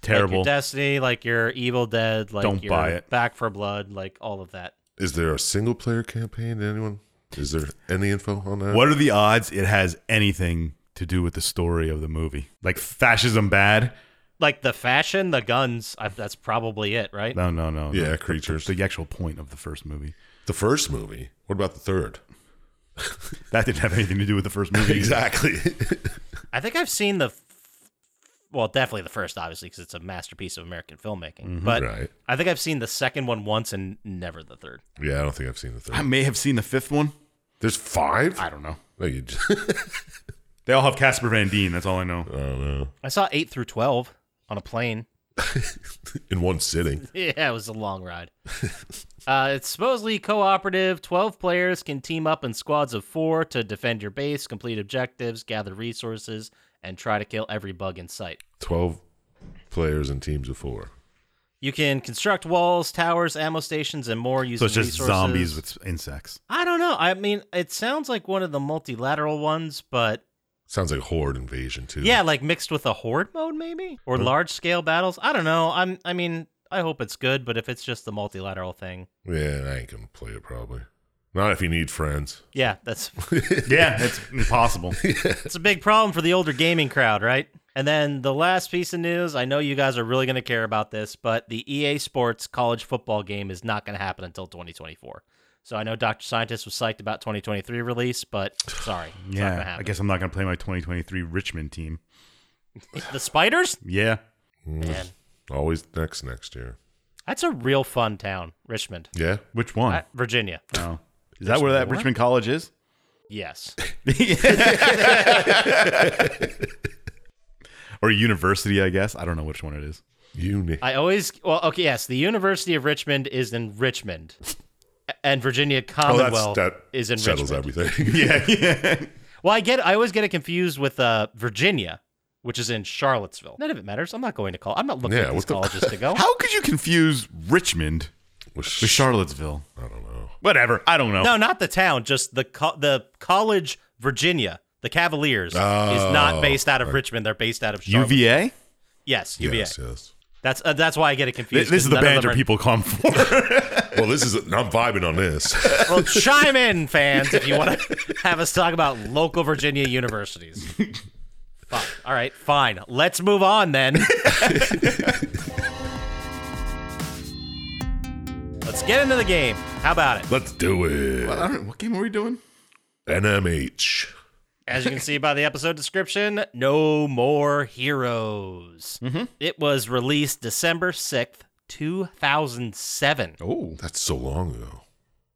Speaker 5: Terrible.
Speaker 7: Like your Destiny, like your Evil Dead, like
Speaker 5: Don't
Speaker 7: your
Speaker 5: buy it.
Speaker 7: Back for Blood, like all of that.
Speaker 3: Is there a single player campaign? Did anyone? Is there any info on that?
Speaker 5: What are the odds it has anything to do with the story of the movie? Like fascism bad?
Speaker 7: Like the fashion, the guns, I, that's probably it, right?
Speaker 5: No, no, no. no.
Speaker 3: Yeah,
Speaker 5: The-
Speaker 3: creatures.
Speaker 5: The, the actual point of the first movie.
Speaker 3: The first movie. What about the third?
Speaker 5: That didn't have anything to do with the first movie.
Speaker 3: Exactly.
Speaker 7: I think I've seen the, f- well, definitely the first, obviously, because it's a masterpiece of American filmmaking. But
Speaker 3: right.
Speaker 7: I think I've seen the second one once and never the third.
Speaker 3: Yeah, I don't think I've seen the third.
Speaker 5: I may have seen the fifth one.
Speaker 3: There's five.
Speaker 5: I don't know.
Speaker 3: No, you just,
Speaker 5: They all have Casper Van Dien. That's all I know.
Speaker 3: I don't know.
Speaker 7: I saw eight through twelve on a plane.
Speaker 3: In one sitting.
Speaker 7: Yeah, it was a long ride. uh, it's supposedly cooperative. Twelve players can team up in squads of four to defend your base, complete objectives, gather resources, and try to kill every bug in sight.
Speaker 3: Twelve players in teams of four.
Speaker 7: You can construct walls, towers, ammo stations, and more using
Speaker 5: So it's just
Speaker 7: resources.
Speaker 5: zombies with insects.
Speaker 7: I don't know. I mean, it sounds like one of the multilateral ones, but
Speaker 3: Sounds like horde invasion too.
Speaker 7: yeah, like mixed with a horde mode maybe or large scale battles. I don't know. I'm. I mean, I hope it's good, but if it's just the multilateral thing,
Speaker 3: Yeah, I ain't gonna play it probably. Not if you need friends.
Speaker 7: yeah, that's
Speaker 5: Yeah, it's impossible.
Speaker 7: It's a big problem for the older gaming crowd, right? And then the last piece of news, I know you guys are really going to care about this, but the EA Sports college football game is not going to happen until 2024. So I know Dr. Scientist was psyched about 2023 release, but sorry, it's not going to
Speaker 5: yeah, I
Speaker 7: happen.
Speaker 5: guess I'm not gonna play my 2023 Richmond team.
Speaker 7: The Spiders?
Speaker 5: Yeah,
Speaker 7: Man,
Speaker 3: Always next next year.
Speaker 7: that's a real fun town, Richmond.
Speaker 3: Yeah.
Speaker 5: which one?
Speaker 7: I- Virginia.
Speaker 5: oh. Is that where that Richmond College is?
Speaker 7: Yes.
Speaker 5: or university, I guess. I don't know which one it is.
Speaker 3: Uni.
Speaker 7: I always, well, okay, yes, the University of Richmond is in Richmond. A- And Virginia Commonwealth is in
Speaker 3: settles
Speaker 7: Richmond.
Speaker 3: everything.
Speaker 5: Yeah, yeah.
Speaker 7: Well, I get I always get it confused with uh, Virginia, which is in Charlottesville. None of it matters. I'm not going to call. I'm not looking
Speaker 3: Yeah,
Speaker 7: at these
Speaker 3: what the-
Speaker 7: colleges to go.
Speaker 5: How could you confuse Richmond
Speaker 3: With
Speaker 5: with
Speaker 3: sh-
Speaker 5: Charlottesville?
Speaker 3: I don't know.
Speaker 5: Whatever. I don't know.
Speaker 7: no, not the town. Just the co- the college Virginia, the Cavaliers, is not
Speaker 3: Oh,
Speaker 7: based out of Richmond. They're based out of Charlotte.
Speaker 5: UVA?
Speaker 7: Yes, UVA.
Speaker 3: Yes, yes.
Speaker 7: That's uh, that's why I get it
Speaker 5: This,
Speaker 7: confused.
Speaker 5: this is
Speaker 7: 'cause
Speaker 5: the
Speaker 7: none of them
Speaker 5: banter
Speaker 7: are-
Speaker 5: people come for.
Speaker 3: Well, this is I'm vibing on this.
Speaker 7: Well, chime in, fans, if you want to have us talk about local Virginia universities. Fuck. All right, fine. Let's move on then. Let's get into the game. How about it?
Speaker 3: Let's do it.
Speaker 5: I don't, what game are we doing?
Speaker 3: NMH.
Speaker 7: As you can see by the episode description, no more heroes. It was released December 6th, 2007.
Speaker 5: Oh.
Speaker 3: That's so long ago.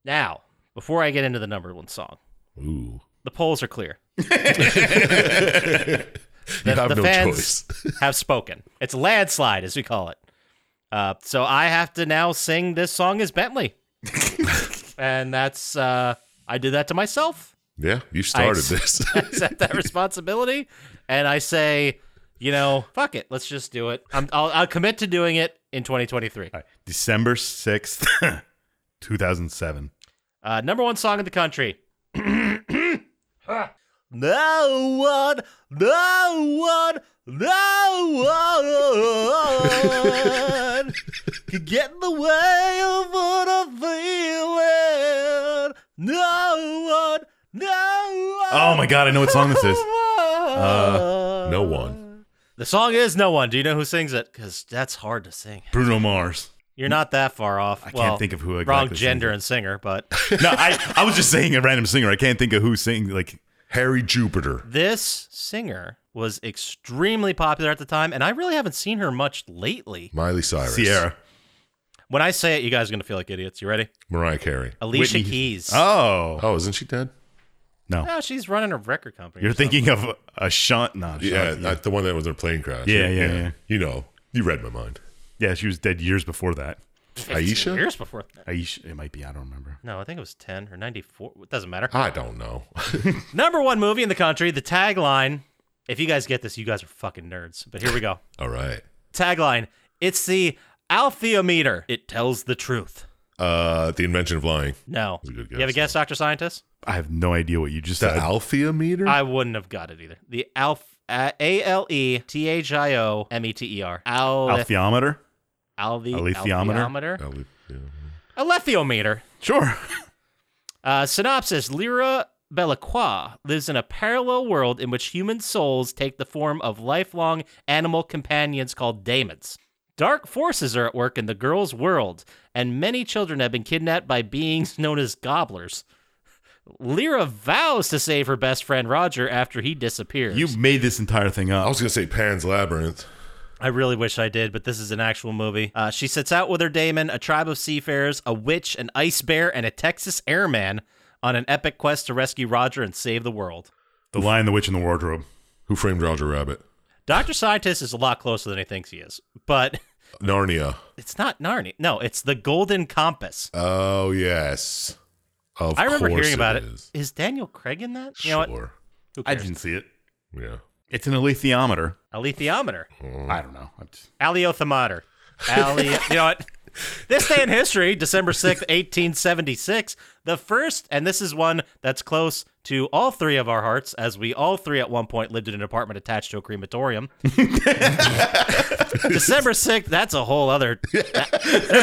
Speaker 7: Now, before I get into the number one song,
Speaker 3: Ooh.
Speaker 7: the polls are clear.
Speaker 3: You have
Speaker 7: the
Speaker 3: no
Speaker 7: fans-
Speaker 3: choice.
Speaker 7: have spoken. It's a landslide, as we call it. Uh, so I have to now sing this song as Bentley, and that's uh, I did that to myself.
Speaker 3: Yeah, you
Speaker 7: I
Speaker 3: started
Speaker 7: ex-
Speaker 3: this.
Speaker 7: accept that responsibility, and I say, you know, fuck it, let's just do it. I'm, I'll, I'll commit to doing it in 2023.
Speaker 5: All right. December 6th, 2007.
Speaker 7: Uh, number one song in the country.
Speaker 5: Ah.
Speaker 7: no one, no one, no one can get in the way of what I'm feeling. No one, no one.
Speaker 5: Oh my God, I know what song this is.
Speaker 7: Uh,
Speaker 3: no one.
Speaker 7: The song is No One. Do you know who sings it? Because that's hard to sing.
Speaker 5: Bruno Mars.
Speaker 7: You're not that far off.
Speaker 5: I can't
Speaker 7: Well,
Speaker 5: think of who
Speaker 7: Wrong
Speaker 5: exactly sings
Speaker 7: gender
Speaker 5: it.
Speaker 7: and singer, but.
Speaker 5: No, I, I was just saying a random singer. I can't think of who sing like
Speaker 3: Harry Jupiter.
Speaker 7: This singer was extremely popular at the time, and I really haven't seen her much lately.
Speaker 3: Miley Cyrus.
Speaker 5: Sierra.
Speaker 7: When I say it, you guys are going to feel like idiots. You ready?
Speaker 3: Mariah Carey.
Speaker 7: Alicia
Speaker 5: Whitney-
Speaker 7: Keys.
Speaker 5: Oh.
Speaker 3: Oh, isn't she dead?
Speaker 5: No.
Speaker 7: No, she's running a record company.
Speaker 5: You're
Speaker 7: or something.
Speaker 5: thinking of a shunt. No,
Speaker 3: Yeah,
Speaker 5: Shunt,
Speaker 3: uh, the one that was in a plane crash.
Speaker 5: Yeah, yeah, yeah.
Speaker 3: You know, you read my mind.
Speaker 5: Yeah, she was dead years before that.
Speaker 7: 15
Speaker 3: Aisha?
Speaker 7: Years before that.
Speaker 5: Aisha, it might be. I don't remember.
Speaker 7: No, I think it was 10 or 94. It doesn't matter.
Speaker 3: I don't know.
Speaker 7: Number one movie in the country, the tagline. If you guys get this, you guys are fucking nerds. But here we go.
Speaker 3: All right.
Speaker 7: tagline It's the Altheometer. It tells the truth.
Speaker 3: Uh, the invention of lying.
Speaker 7: No.
Speaker 3: a good
Speaker 7: you have a
Speaker 3: guess,
Speaker 7: guess, Dr. Scientist?
Speaker 5: I have no idea what you just
Speaker 3: The
Speaker 5: said.
Speaker 3: Alpha meter.
Speaker 7: I wouldn't have got it either. The alf A L E T H I O M E T E R. Al
Speaker 5: Altheometer?
Speaker 7: al the
Speaker 5: Alethiometer?
Speaker 7: alethiometer?
Speaker 3: Al- yeah.
Speaker 7: Alethiometer.
Speaker 5: Sure.
Speaker 7: Uh, synopsis: Lyra Belacqua lives in a parallel world in which human souls take the form of lifelong animal companions called daemons. Dark forces are at work in the girl's world, and many children have been kidnapped by beings known as gobblers. Lyra vows to save her best friend Roger after he disappears.
Speaker 5: You made this entire thing
Speaker 3: I
Speaker 5: up.
Speaker 3: was gonna say Pan's Labyrinth.
Speaker 7: I really wish I did, but this is an actual movie. Uh, she sets out with her daemon, a tribe of seafarers, a witch, an ice bear, and a Texas airman on an epic quest to rescue Roger and save the world.
Speaker 5: The Lion, the Witch, and the Wardrobe.
Speaker 3: Who framed Roger Rabbit?
Speaker 7: Dr. Scientist is a lot closer than he thinks he is, but
Speaker 3: Narnia.
Speaker 7: it's not Narnia. No, it's the Golden Compass.
Speaker 3: Oh yes. Of
Speaker 7: I remember
Speaker 3: course
Speaker 7: hearing about it.
Speaker 3: is.
Speaker 7: Is Daniel Craig in that? You know
Speaker 3: Sure.
Speaker 7: what? Who
Speaker 5: I
Speaker 7: cares?
Speaker 5: didn't see it.
Speaker 3: Yeah.
Speaker 5: It's an alethiometer.
Speaker 7: Alethiometer.
Speaker 3: Mm.
Speaker 5: I don't know. I'm just-
Speaker 7: Aleothemometer. alley. you know what? This day in history, December 6th, 1876, the first, and this is one that's close to all three of our hearts, as we all three at one point lived in an apartment attached to a crematorium. December 6th, that's a whole other. there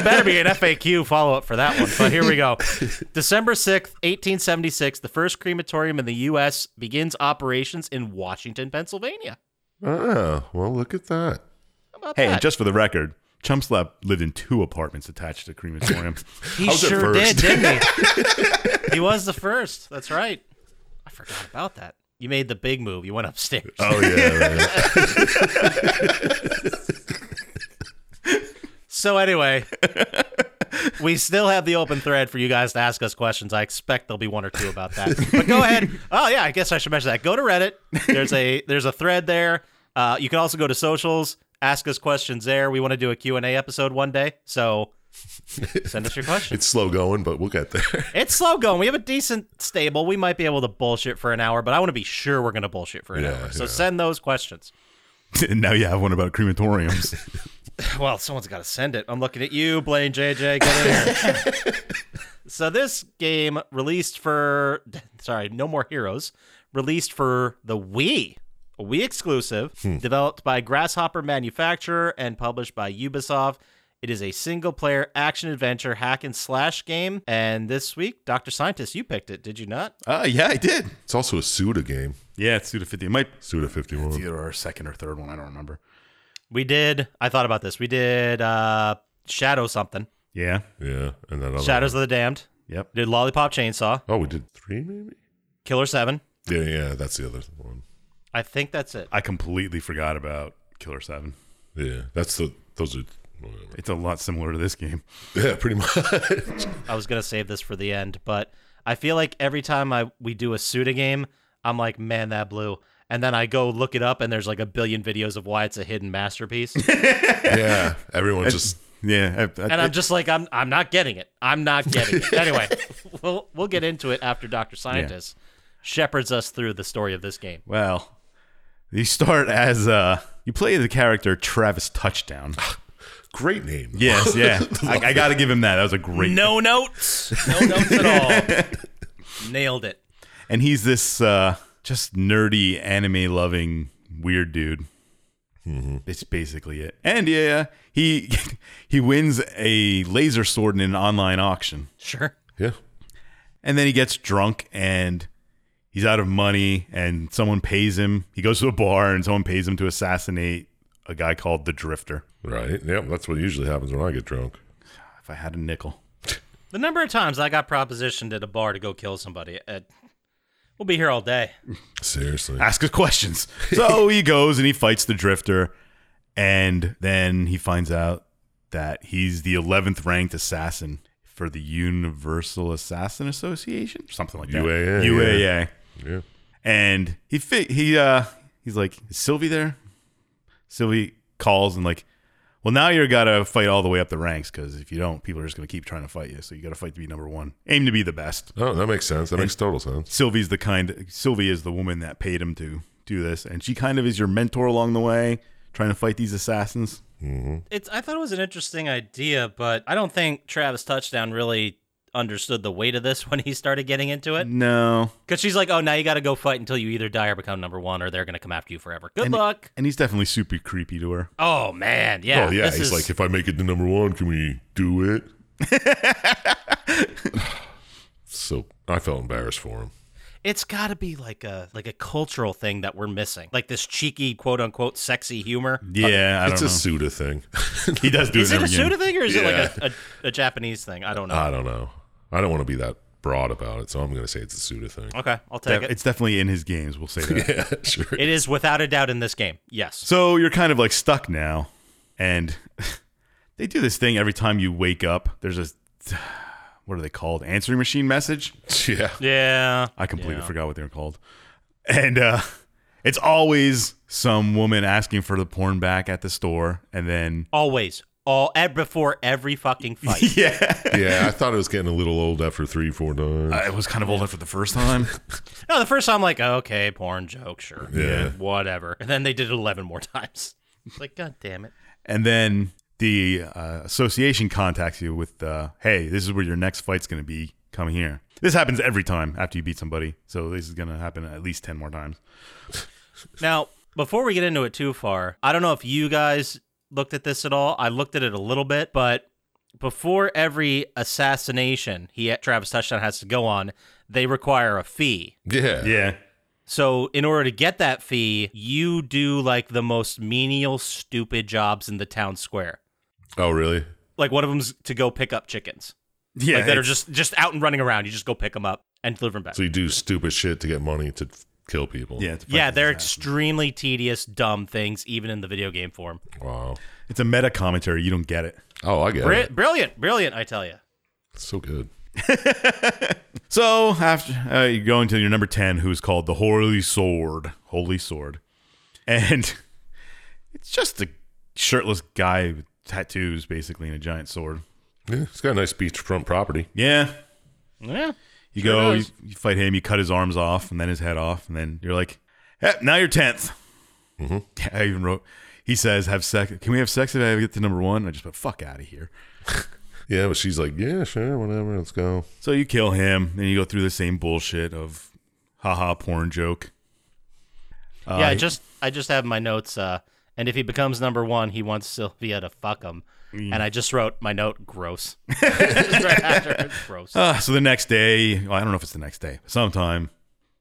Speaker 7: better be an FAQ follow up for that one, but here we go. December 6th, 1876, the first crematorium in the U.S. begins operations in Washington, Pennsylvania.
Speaker 3: Oh, well, look at that.
Speaker 7: How about
Speaker 5: Hey,
Speaker 7: that?
Speaker 5: and just for the record, Chumslap lived in two apartments attached to crematoriums.
Speaker 7: He
Speaker 3: I was at
Speaker 7: sure
Speaker 3: first.
Speaker 7: did, didn't he? he was the first. That's right. I forgot about that. You made the big move. You went upstairs.
Speaker 3: Oh yeah. man.
Speaker 7: So anyway, we still have the open thread for you guys to ask us questions. I expect there'll be one or two about that. But go ahead. Oh yeah, I guess I should mention that. Go to Reddit. There's a there's a thread there. Uh, you can also go to socials. Ask us questions there. We want to do a Q and A episode one day. So send us your questions.
Speaker 3: it's slow going, but we'll get there.
Speaker 7: It's slow going. We have a decent stable. We might be able to bullshit for an hour, but I want to be sure we're going to bullshit for an
Speaker 3: Yeah,
Speaker 7: hour. So
Speaker 3: yeah.
Speaker 7: send those questions.
Speaker 5: and now you have one about crematoriums.
Speaker 7: Well, someone's got to send it. I'm looking at you, Blaine JJ. Get in here. so this game released for sorry, No More Heroes, released for the Wii, a Wii exclusive,
Speaker 3: Hmm.
Speaker 7: developed by Grasshopper Manufacturer and published by Ubisoft. It is a single-player action-adventure hack and slash game. And this week, Doctor Scientist, you picked it, did you not?
Speaker 5: uh, yeah, I did.
Speaker 3: It's also a Suda game.
Speaker 5: Yeah, it's Suda 50. It might
Speaker 3: Suda fifty
Speaker 5: be
Speaker 3: one.
Speaker 5: either our second or third one. I don't remember.
Speaker 7: We did. I thought about this. We did uh Shadow something.
Speaker 5: Yeah.
Speaker 3: Yeah, and that other
Speaker 7: Shadows of the Damned.
Speaker 5: Yep.
Speaker 7: We did Lollipop Chainsaw.
Speaker 3: Oh, we did three maybe.
Speaker 7: Killer Seven.
Speaker 3: Yeah, yeah, that's the other one.
Speaker 7: I think that's it.
Speaker 5: I completely forgot about Killer 7.
Speaker 3: Yeah, that's the those are. Whatever.
Speaker 5: It's a lot similar to this game.
Speaker 3: Yeah, pretty much.
Speaker 7: I was gonna save this for the end, but I feel like every time I we do a Suda game, I'm like, man, that blew. And then I go look it up, and there's like a billion videos of why it's a hidden masterpiece.
Speaker 3: yeah, everyone just
Speaker 5: Yeah. I, I-
Speaker 7: and I'm just like, I'm I'm not getting it. I'm not getting it. Anyway, we'll we'll get into it after Doctor Scientist shepherds us through the story of this game.
Speaker 5: well, you start as uh, you play the character Travis Touchdown.
Speaker 3: great name.
Speaker 5: Yes, yeah. I, I got to give him that. That was a great.
Speaker 7: No notes. No notes at all. Nailed it.
Speaker 5: And he's this uh, just nerdy, anime loving, weird dude. It's basically it. And yeah, he he wins a laser sword in an online auction.
Speaker 7: Sure.
Speaker 3: Yeah.
Speaker 5: And then he gets drunk and he's out of money and someone pays him. He goes to a bar and someone pays him to assassinate a guy called the Drifter.
Speaker 3: Right. Yeah, that's what usually happens when I get drunk.
Speaker 5: If I had a nickel.
Speaker 7: The number of times I got propositioned at a bar to go kill somebody, uh, we'll be here all day.
Speaker 3: Seriously.
Speaker 5: ask us questions. So he goes and he fights the drifter, and then he finds out that he's the 11th ranked assassin for the Universal Assassin Association, something like that.
Speaker 3: UAA,
Speaker 5: UAA.
Speaker 3: Yeah.
Speaker 5: And he fi- he uh he's like, is Sylvie there? Sylvie calls and like, well now you're gotta fight all the way up the ranks because if you don't, people are just gonna keep trying to fight you. So you gotta fight to be number one. Aim to be the best.
Speaker 3: Oh, that makes sense. That makes total sense.
Speaker 5: Sylvie's the kind Sylvie is the woman that paid him to do this, and she kind of is your mentor along the way, trying to fight these assassins.
Speaker 7: It's I thought it was an interesting idea, but I don't think Travis Touchdown really understood the weight of this when he started getting into
Speaker 3: Mm.
Speaker 7: it.
Speaker 5: No,
Speaker 7: Because she's like, "Oh, now you got to go fight until you either die or become number one, or they're gonna come after you forever. Good
Speaker 5: And-
Speaker 7: luck."
Speaker 5: and he's definitely super creepy to her.
Speaker 7: Oh man, yeah.
Speaker 3: oh, yeah.
Speaker 7: this
Speaker 3: He's
Speaker 7: is-
Speaker 3: like, if I make it to number one, can we do it? so I felt embarrassed for him.
Speaker 7: it's got to be like a like a cultural thing that we're missing, like this cheeky quote unquote sexy humor.
Speaker 5: Yeah, I
Speaker 3: it's
Speaker 5: don't
Speaker 3: a
Speaker 5: know.
Speaker 3: Suda thing.
Speaker 5: he does do
Speaker 7: Is
Speaker 5: it
Speaker 7: it
Speaker 5: in
Speaker 7: a
Speaker 5: every game.
Speaker 7: Suda thing or is it like a, a, a Japanese thing? I don't know.
Speaker 3: I don't know. I don't want to be that broad about it, so I'm going to say it's a Suda thing.
Speaker 5: Oh.
Speaker 7: okay, I'll take
Speaker 5: Def-
Speaker 7: it.
Speaker 5: It's definitely in his games. We'll say that.
Speaker 3: Yeah, sure.
Speaker 7: It is without a doubt in this game. Yes.
Speaker 5: So you're kind of like stuck now, and they do this thing every time you wake up. There's a what are they called? Answering machine message.
Speaker 3: yeah.
Speaker 7: Yeah.
Speaker 5: I completely
Speaker 7: Yeah.
Speaker 5: forgot what they were called. And uh, it's always some woman asking for the porn back at the store, and then
Speaker 7: Always. All e- before every fucking fight.
Speaker 5: yeah,
Speaker 3: Yeah, I thought it was getting a little old after three, four times.
Speaker 5: I was kind of old for the first time.
Speaker 7: No, the first time, like, okay, porn joke, sure.
Speaker 3: Yeah.
Speaker 7: Whatever. And then they did it 11 more times. It's like, God damn it.
Speaker 5: and then the uh, association contacts you with, uh, "Hey, this is where your next fight's going to be. Come here." This happens every time after you beat somebody, so this is going to happen at least ten more times.
Speaker 7: Now, before we get into it too far, I don't know if you guys looked at this at all. I looked at it a little bit, but before every assassination he Travis Touchdown has to go on, they require a fee.
Speaker 3: Yeah.
Speaker 5: Yeah,
Speaker 7: So, in order to get that fee, you do like the most menial, stupid jobs in the town square.
Speaker 3: Oh, really?
Speaker 7: Like one of them's to go pick up chickens,
Speaker 5: yeah,
Speaker 7: like that are
Speaker 5: it's-
Speaker 7: just just out and running around. You just go pick them up and deliver them back.
Speaker 3: So you do stupid shit to get money to f- kill people.
Speaker 5: yeah, it's
Speaker 7: yeah, they're
Speaker 5: it's,
Speaker 7: extremely tedious, dumb things, even in the video game form.
Speaker 3: Wow.
Speaker 5: a meta commentary. You don't get it.
Speaker 3: Oh, I get
Speaker 7: Bri-
Speaker 3: it.
Speaker 7: brilliant, brilliant, I tell you.
Speaker 3: So good.
Speaker 5: So after uh, you go into your number ten, who's called the Holy Sword, Holy Sword, and it's just a shirtless guy with tattoos, basically, and a giant sword.
Speaker 3: Yeah, it's got a nice beachfront property.
Speaker 5: Yeah,
Speaker 7: Yeah.
Speaker 5: you go, you, you fight him, you cut his arms off, and then his head off, and then you're like, "Eh, now you're 10th I even wrote. He says, "Have sex? Can we have sex if I get to number one?" I just put, "Fuck out of here."
Speaker 3: Yeah, but she's like, yeah, sure, whatever, let's go.
Speaker 5: So you kill him, and you go through the same bullshit of, haha, porn joke. Uh,
Speaker 7: yeah, I just I just have my notes. Uh, and if he becomes number one, he wants Sylvia to fuck him.
Speaker 5: Mm.
Speaker 7: And I just wrote my note, gross. right after, it's gross.
Speaker 5: Uh, so the next day, well, I don't know if it's the next day, sometime.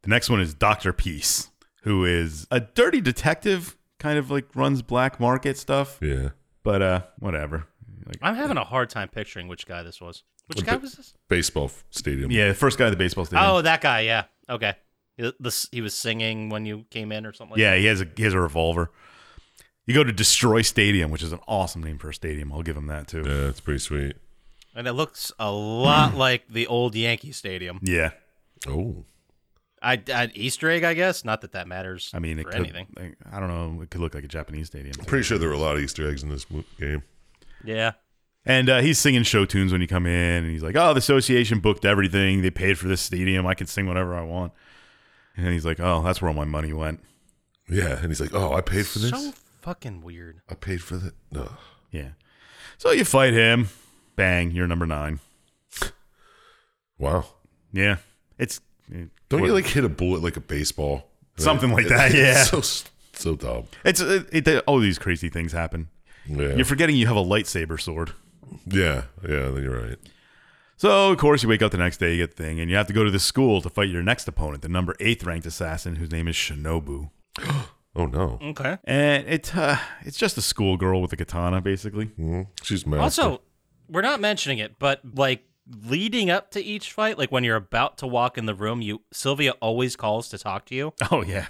Speaker 5: The next one is Dr. Peace, who is a dirty detective, kind of like runs black market stuff,
Speaker 3: Yeah.
Speaker 5: but uh, whatever. Like,
Speaker 7: I'm having a hard time picturing which guy this was. Which guy was this?
Speaker 3: Baseball f- stadium.
Speaker 5: yeah, the first guy at the baseball stadium.
Speaker 7: Oh, that guy. Yeah. Okay. He- This he was singing when you came in or something. Like
Speaker 5: yeah, he has a he has a revolver. You go to Destroy Stadium, which is an awesome name for a stadium. I'll give him that too.
Speaker 3: Yeah, it's pretty sweet.
Speaker 7: That. And it looks a lot like the old Yankee Stadium.
Speaker 5: Yeah,
Speaker 3: Oh.
Speaker 7: I, I Easter egg, I guess. Not that that matters.
Speaker 5: I mean, it
Speaker 7: for
Speaker 5: could,
Speaker 7: anything.
Speaker 5: like, I don't know. It could look like a Japanese stadium.
Speaker 3: Pretty sure there were a lot of Easter eggs in this mo- game.
Speaker 7: Yeah.
Speaker 5: And uh, he's singing show tunes when you come in, and he's like, "Oh, the association booked everything. They paid for this stadium. I can sing whatever I want." And he's like, "Oh, that's where all my money went."
Speaker 3: Yeah, and he's like, oh, I paid for this?
Speaker 7: So fucking weird.
Speaker 3: I paid for that. No.
Speaker 5: Yeah. So you fight him. Bang! You're number nine.
Speaker 3: Wow.
Speaker 5: Yeah. It's it-
Speaker 3: Don't you
Speaker 5: what-
Speaker 3: like hit a bullet like a baseball?
Speaker 5: Something like
Speaker 3: It-
Speaker 5: that,
Speaker 3: it's
Speaker 5: yeah.
Speaker 3: So, s- so dumb.
Speaker 5: It's it, it, all these crazy things happen.
Speaker 3: Yeah.
Speaker 5: You're forgetting you have a lightsaber sword.
Speaker 3: yeah. Yeah, you're right.
Speaker 5: So of course you wake up the next day, you get the thing, and you have to go to the school to fight your next opponent, the number eighth ranked assassin, whose name is Shinobu.
Speaker 3: Oh, no.
Speaker 7: Okay.
Speaker 5: And it uh, it's just a schoolgirl with a katana, basically.
Speaker 3: Mhm. She's mad.
Speaker 7: Also, we're not mentioning it, but like leading up to each fight, like when you're about to walk in the room, you Sylvia always calls to talk to you,
Speaker 5: Oh yeah.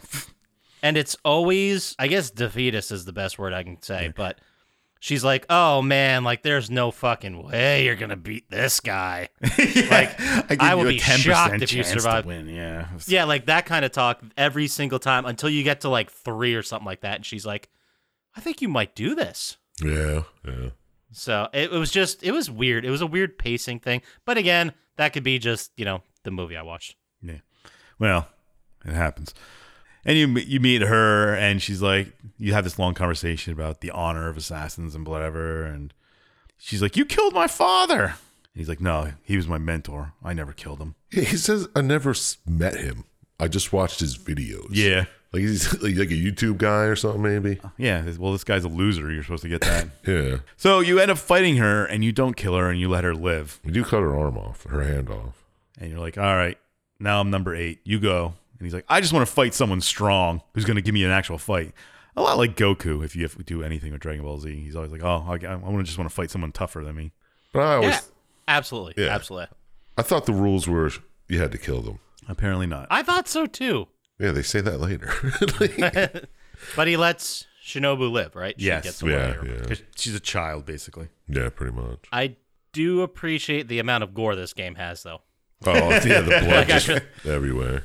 Speaker 7: and it's always I guess defeatist is the best word I can say, but she's like, "Oh man, like there's no fucking way you're going to beat this guy." Like
Speaker 5: give
Speaker 7: I will
Speaker 5: you a
Speaker 7: be shocked
Speaker 5: 10%
Speaker 7: if you
Speaker 5: chance to
Speaker 7: survive.
Speaker 5: win, Yeah.
Speaker 7: Yeah, like that kind of talk every single time until you get to like 3 or something like that and she's like, "I think you might do this."
Speaker 3: Yeah. Yeah.
Speaker 7: So it, it was just it was weird. It was a weird pacing thing. But again, that could be just you know the movie I watched.
Speaker 5: Well, it happens. And you you meet her, and she's like, you have this long conversation about the honor of assassins and whatever, and she's like, you killed my father. And he's like, no, he was my mentor. I never killed him.
Speaker 3: Yeah, He says, I never s- met him. I just watched his videos. Like he's like, like a YouTube guy or something, maybe.
Speaker 7: Uh.
Speaker 5: Yeah. Well, this guy's a loser. You're supposed to get that.
Speaker 3: Yeah.
Speaker 5: so you end up fighting her, and you don't kill her, and you let her live.
Speaker 3: We do cut her arm off, her hand off.
Speaker 5: And you're like, all right, now I'm number eight. You go. And he's like, I just want to fight someone strong who's going to give me an actual fight. A lot like Goku, if you have to do anything with Dragon Ball Z, he's always like, oh, I, I want to just want to fight someone tougher than me.
Speaker 3: But I always,
Speaker 7: yeah, absolutely,
Speaker 3: Yeah.
Speaker 7: absolutely.
Speaker 3: I thought the rules were you had to kill them.
Speaker 5: Apparently not.
Speaker 7: I thought so too.
Speaker 3: Yeah, they say that later. Like-
Speaker 7: But he lets Shinobu live, right? She
Speaker 5: Yes.
Speaker 7: gets away
Speaker 3: yeah,
Speaker 7: or-
Speaker 3: yeah,
Speaker 5: 'Cause she's a child, basically.
Speaker 3: yeah, pretty much.
Speaker 7: I do appreciate the amount of gore this game has, though.
Speaker 3: Oh, yeah, the blood
Speaker 7: Like, I
Speaker 3: just
Speaker 7: feel-
Speaker 3: everywhere.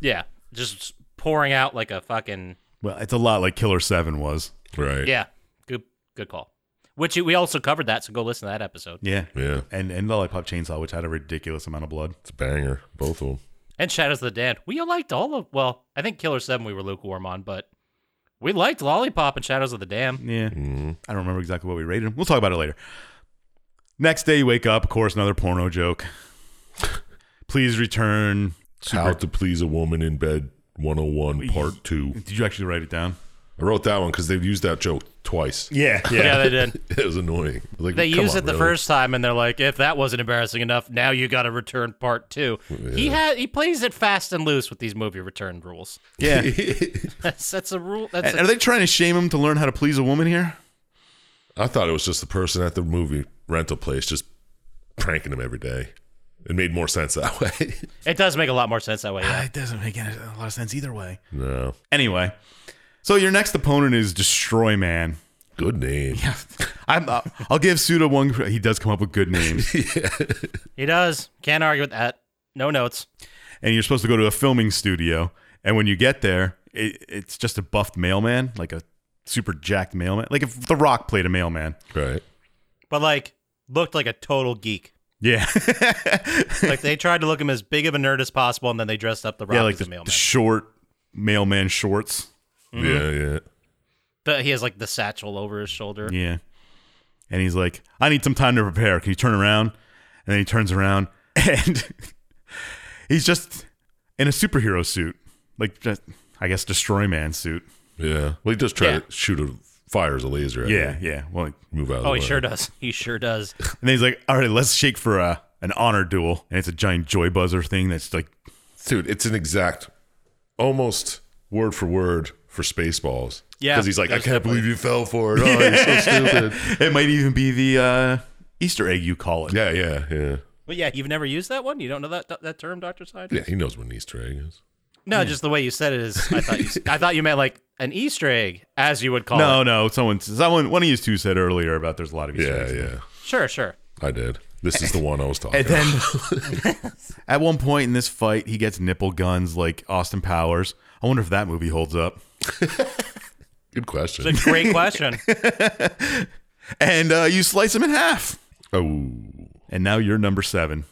Speaker 7: yeah, just pouring out like a fucking
Speaker 5: Well, it's a lot like Killer 7 was.
Speaker 3: Right.
Speaker 7: yeah. Good, good call. Which we also covered that, so go listen to that episode.
Speaker 5: Yeah.
Speaker 3: Yeah.
Speaker 5: And, and Lollipop Chainsaw, which had a ridiculous amount of blood.
Speaker 3: It's a banger. Both of them.
Speaker 7: And Shadows of the Damned. We liked all of. Well, I think Killer Seven we were lukewarm on, but We liked Lollipop and Shadows of the Dam.
Speaker 5: Yeah. I don't remember exactly what we rated him. We'll talk about it later. Next day, you wake up. Of course, another porno joke. Please return.
Speaker 3: How to please a woman in bed 101 part 2.
Speaker 5: Did you actually write it down?
Speaker 3: I wrote that one cuz they've used that joke twice.
Speaker 2: Yeah,
Speaker 7: Yeah, they did.
Speaker 3: It was annoying. I was Like,
Speaker 7: They
Speaker 3: come
Speaker 7: used
Speaker 3: on,
Speaker 7: it the
Speaker 3: really?
Speaker 7: first time, and they're like, "If that wasn't embarrassing enough, now you got to return part two. He had he plays it fast and loose with these movie return rules.
Speaker 5: Yeah.
Speaker 7: That's that's a rule. That's
Speaker 5: And
Speaker 7: a,
Speaker 5: are they trying to shame him to learn how to please a woman here?
Speaker 3: I thought it was just the person at the movie rental place just pranking him every day. It made more sense that way.
Speaker 7: it does make a lot more sense that way. Yeah.
Speaker 5: Uh, It doesn't make any- a lot of sense either way.
Speaker 3: no.
Speaker 5: Anyway, so your next opponent is Destroy Man.
Speaker 3: Good name.
Speaker 5: I'm, uh, I'll give Suda one. cre- He does come up with good names.
Speaker 7: He does. Can't argue with that. No notes.
Speaker 5: and you're supposed to go to a filming studio. And when you get there, it, it's just a buffed mailman, like a super jacked mailman. Like if The Rock played a mailman.
Speaker 3: Right.
Speaker 7: But like looked like a total geek.
Speaker 5: Yeah.
Speaker 7: Like they tried to look him as big of a nerd as possible, and then they dressed up the rock
Speaker 5: yeah, like
Speaker 7: as
Speaker 5: the,
Speaker 7: a mailman.
Speaker 5: the short mailman shorts.
Speaker 7: Mm-hmm.
Speaker 3: Yeah, yeah.
Speaker 7: but he has like the satchel over his shoulder.
Speaker 5: Yeah. And he's like, I need some time to prepare. Can you turn around? And then he turns around and he's just in a superhero suit. Like just I guess destroy man suit.
Speaker 3: Yeah. Well, he does try
Speaker 7: Yeah.
Speaker 3: to shoot a fires a laser at
Speaker 5: Yeah,
Speaker 3: you.
Speaker 5: yeah. Well,
Speaker 3: Move out of the
Speaker 7: Oh, he
Speaker 3: way.
Speaker 7: sure does. He sure does.
Speaker 5: and then he's like, All right, let's shake for a an honor duel. And it's a giant joy buzzer thing that's like
Speaker 3: Dude, it's an exact, almost word for word for Spaceballs.
Speaker 7: Yeah,
Speaker 3: Because he's like, I
Speaker 7: there's
Speaker 3: can't believe you fell for it. Oh, you're so stupid.
Speaker 5: it might even be the uh Easter egg you call it.
Speaker 3: Yeah, yeah, yeah.
Speaker 7: But yeah, you've never used that one. You don't know that that term, Doctor Side.
Speaker 3: Yeah, he knows what an Easter egg is.
Speaker 7: No, just the way you said it is. I thought you. s- I thought you meant like an Easter egg, as you would call
Speaker 5: No,
Speaker 7: it.
Speaker 5: no, someone someone one of you two said earlier about there's a lot of Easter
Speaker 3: Yeah,
Speaker 5: eggs.
Speaker 3: yeah.
Speaker 7: Sure, sure.
Speaker 3: I did. This is the one I was talking
Speaker 5: And
Speaker 3: about.
Speaker 5: then at one point in this fight, he gets nipple guns like Austin Powers. I wonder if that movie holds up.
Speaker 3: Good question.
Speaker 7: It's a great question.
Speaker 5: And uh, you slice him in half.
Speaker 3: Oh,
Speaker 5: And now you're number seven.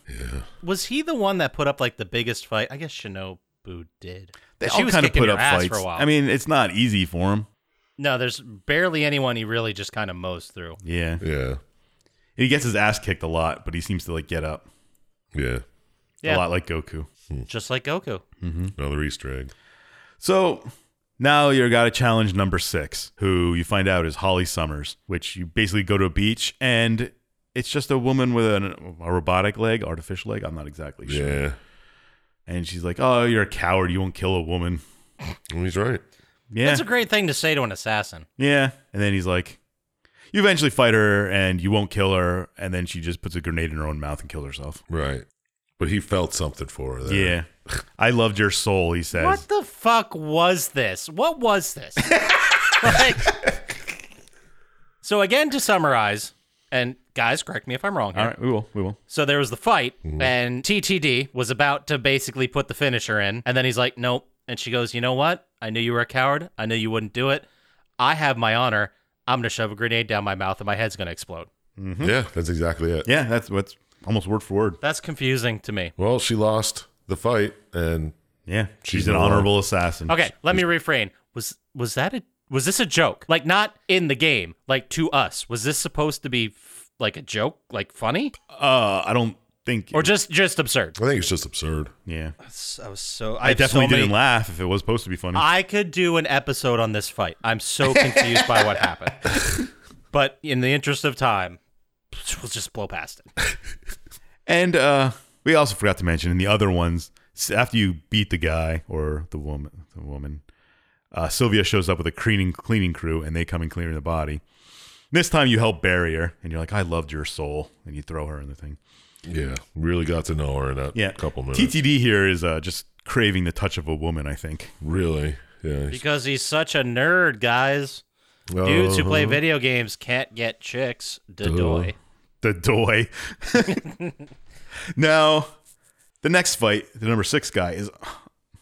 Speaker 7: Was he the one that put up like the biggest fight? I guess Shinobu did.
Speaker 5: They
Speaker 7: she
Speaker 5: all
Speaker 7: was
Speaker 5: kind of
Speaker 7: kicking
Speaker 5: put
Speaker 7: your
Speaker 5: up
Speaker 7: ass
Speaker 5: fights.
Speaker 7: for a while.
Speaker 5: I mean, it's not easy for him.
Speaker 7: no, there's barely anyone he really just kind of mows through.
Speaker 5: Yeah,
Speaker 3: yeah,
Speaker 5: he gets his ass kicked a lot, but he seems to like get up
Speaker 3: yeah.
Speaker 5: a
Speaker 7: Yeah,
Speaker 5: lot, like Goku.
Speaker 7: just like Goku.
Speaker 3: Another Easter egg.
Speaker 5: So now you're got to challenge number six, who you find out is Holly Summers, which you basically go to a beach and it's just a woman with an, a robotic leg, artificial leg. I'm not exactly sure.
Speaker 3: Yeah,
Speaker 5: And she's like, "Oh, you're a coward. You won't kill a woman."
Speaker 3: Well, he's right.
Speaker 5: Yeah,
Speaker 7: That's a great thing to say to an assassin.
Speaker 5: yeah. And then he's like, "You eventually fight her, and you won't kill her." And then she just puts a grenade in her own mouth and kills herself.
Speaker 3: Right. But he felt something for her. There.
Speaker 5: Yeah, I loved your soul. He says,
Speaker 7: What the fuck was this? What was this? Like- so again, to summarize, and guys, correct me if I'm wrong. Here.
Speaker 5: "All right, Mm-hmm. we will, we will."
Speaker 7: So there was the fight, and TTD was about to basically put the finisher in, and then he's like, "Nope." And she goes, "You know what? I knew you were a coward. I knew you wouldn't do it. I have my honor. I'm gonna shove a grenade down my mouth, and my head's gonna explode."
Speaker 3: Mm-hmm. Yeah, that's exactly it.
Speaker 5: Yeah, that's what's almost word for word.
Speaker 7: That's confusing to me.
Speaker 3: Well, she lost the fight, and
Speaker 5: Yeah, she's,
Speaker 3: She's
Speaker 5: an
Speaker 3: the one.
Speaker 5: honorable assassin.
Speaker 7: Okay, let me refrain. Was was that a was this a joke? Like not in the game, like to us. Was this supposed to be f- like a joke, like funny,
Speaker 5: Uh, I don't think.
Speaker 7: or just just absurd?
Speaker 3: I think it's just absurd.
Speaker 5: yeah,
Speaker 7: I was so
Speaker 5: I, definitely didn't laugh if it was supposed to be funny.
Speaker 7: I could do an episode on this fight. I'm so confused by what happened. But in the interest of time, we'll just blow past it.
Speaker 5: And uh, we also forgot to mention in the other ones, s- after you beat the guy or the woman, the woman, uh, Sylvia shows up with a cleaning cleaning crew, and they come and clean the body. This time you help bury her, and you're like, "I loved your soul," and you throw her in the thing.
Speaker 3: Yeah, really got to know her in that
Speaker 5: Yeah,
Speaker 3: couple minutes.
Speaker 5: TTD here is uh, just craving the touch of a woman. I think.
Speaker 3: Really? Yeah.
Speaker 7: Because he's such a nerd, guys. Dudes who play
Speaker 3: Uh-huh.
Speaker 7: video games can't get chicks. Dodoy.
Speaker 5: the doy. now, the next fight, the number six guy, is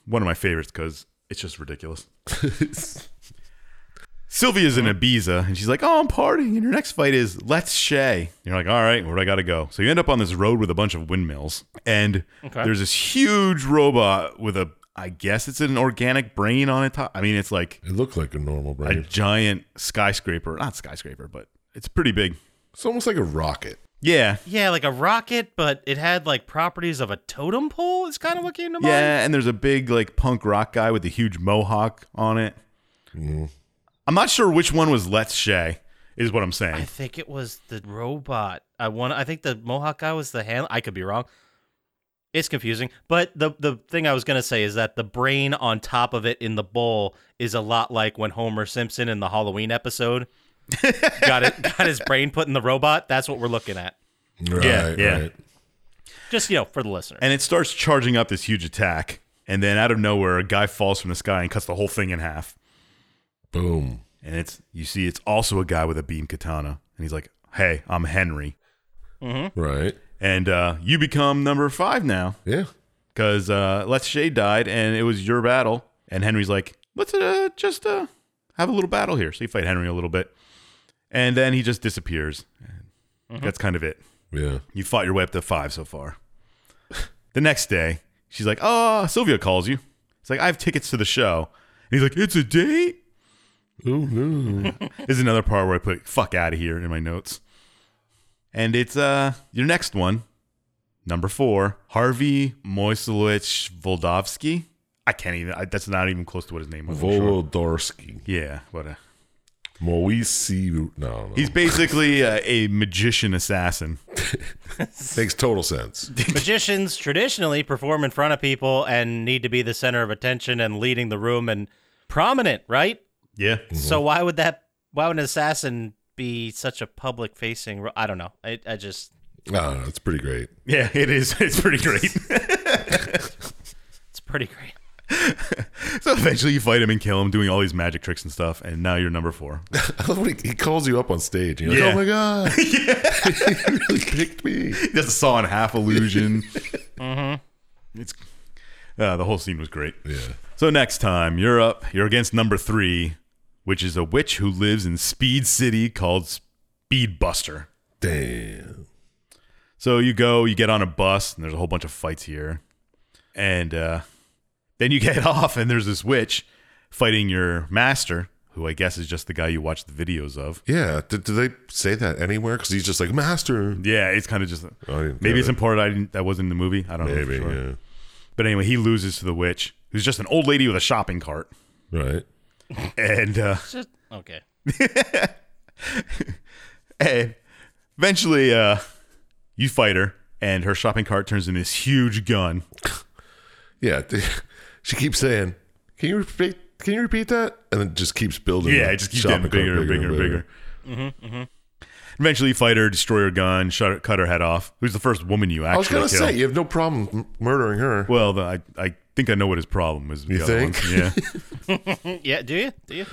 Speaker 5: one of my favorites because it's just ridiculous. Sylvia's in Ibiza and she's like, Oh, I'm partying. And her next fight is Let's Shay. You're like, All right, where do I got to go? So you end up on this road with a bunch of windmills. And there's this huge robot with a, I guess it's an organic brain on a top. I mean, it's like
Speaker 3: It looked like a normal
Speaker 5: a
Speaker 3: brain.
Speaker 5: giant skyscraper. Not skyscraper, but it's pretty big.
Speaker 3: It's almost like a rocket.
Speaker 5: Yeah.
Speaker 7: Yeah, like a rocket, but it had like properties of a totem pole. Is kind of what came to mind.
Speaker 5: Yeah, and there's a big like punk rock guy with a huge mohawk on it.
Speaker 3: Mm-hmm.
Speaker 5: I'm not sure which one was Let's Shay, is what I'm
Speaker 7: I
Speaker 5: saying.
Speaker 7: think it was the robot. I want. I think the Mohawk guy was the hand. I could be wrong. It's confusing, but the the thing I was gonna say is that the brain on top of it in the bowl is a lot like when Homer Simpson in the Halloween episode got it got his brain put in the robot. That's what we're looking at.
Speaker 3: Right,
Speaker 5: Yeah, yeah.
Speaker 3: right.
Speaker 7: Just you know, for the listener.
Speaker 5: And it starts charging up this huge attack. And then out of nowhere, a guy falls from the sky and cuts the whole thing in half.
Speaker 3: Boom.
Speaker 5: And it's you see it's also a guy with a beam katana. And he's like, Hey, I'm Henry.
Speaker 3: Right.
Speaker 5: And uh, you become number five now.
Speaker 3: Yeah.
Speaker 5: Cause uh Let's Shay died and it was your battle. And Henry's like, Let's uh, just uh have a little battle here. So you fight Henry a little bit. And then he just disappears. And That's kind of it.
Speaker 3: Yeah.
Speaker 5: You fought your way up to five so far. the next day, she's like, Oh, Sylvia calls you. It's like, I have tickets to the show. And he's like, It's a date?
Speaker 3: Oh no.
Speaker 5: This is another part where I put fuck out of here in my notes. And it's uh your next one, number four, Harvey Moiselich Voldovsky. I can't even. I, that's not even close to what his name was. I'm sure.
Speaker 3: Volodarsky.
Speaker 5: Yeah, what a.
Speaker 3: Moisi. No, no.
Speaker 5: He's basically uh, a magician assassin.
Speaker 3: makes total sense.
Speaker 7: Magicians traditionally perform in front of people and need to be the center of attention and leading the room and prominent, right?
Speaker 5: Yeah.
Speaker 7: So why would that? Why would an assassin be such a public-facing? ro- I don't know. I, I just
Speaker 3: Ah, that's pretty great.
Speaker 5: Yeah, it is. It's pretty great.
Speaker 7: it's pretty great.
Speaker 5: so eventually you fight him and kill him, doing all these magic tricks and stuff, and now you're number four.
Speaker 3: I love when he, he calls you up on stage. And you're
Speaker 5: Yeah.
Speaker 3: like, oh my god, he really picked me.
Speaker 5: He does a saw and half illusion. mm-hmm. It's uh, the whole scene was great.
Speaker 3: Yeah.
Speaker 5: So next time you're up, you're against number three, which is a witch who lives in Speed City called Speedbuster.
Speaker 3: Damn.
Speaker 5: So you go, you get on a bus, and there's a whole bunch of fights here, and uh, then you get off, and there's this witch fighting your master, who I guess is just the guy you watch the videos of.
Speaker 3: Yeah. Did, did they say that anywhere? Because he's just like master.
Speaker 5: Yeah, it's kind of just
Speaker 3: I didn't get
Speaker 5: maybe it's
Speaker 3: it.
Speaker 5: important I didn't that wasn't in the movie. I don't know. for
Speaker 3: Maybe.
Speaker 5: Oh, sure. But anyway, he loses to the witch, who's just an old lady with a shopping cart,
Speaker 3: Yeah. Right.
Speaker 5: and uh,
Speaker 7: It's just okay.
Speaker 5: and eventually uh, you fight her, and her shopping cart turns into this huge gun.
Speaker 3: Yeah. she keeps saying, "Can you repeat? Can you repeat that?" And then just keeps building.
Speaker 5: Yeah,
Speaker 3: the
Speaker 5: it just keeps
Speaker 3: shopping
Speaker 5: getting bigger
Speaker 3: cart
Speaker 5: and bigger and bigger. Eventually, you fight her, destroy her gun, shut her, cut her head off. Who's the first woman you actually
Speaker 3: I was gonna
Speaker 5: kill?
Speaker 3: say you have no problem m- murdering her.
Speaker 5: Well, the, I I think I know what his problem is. with the
Speaker 3: You
Speaker 5: other
Speaker 3: think?
Speaker 5: ones. Yeah.
Speaker 7: Mm, Yeah, do you? Do you?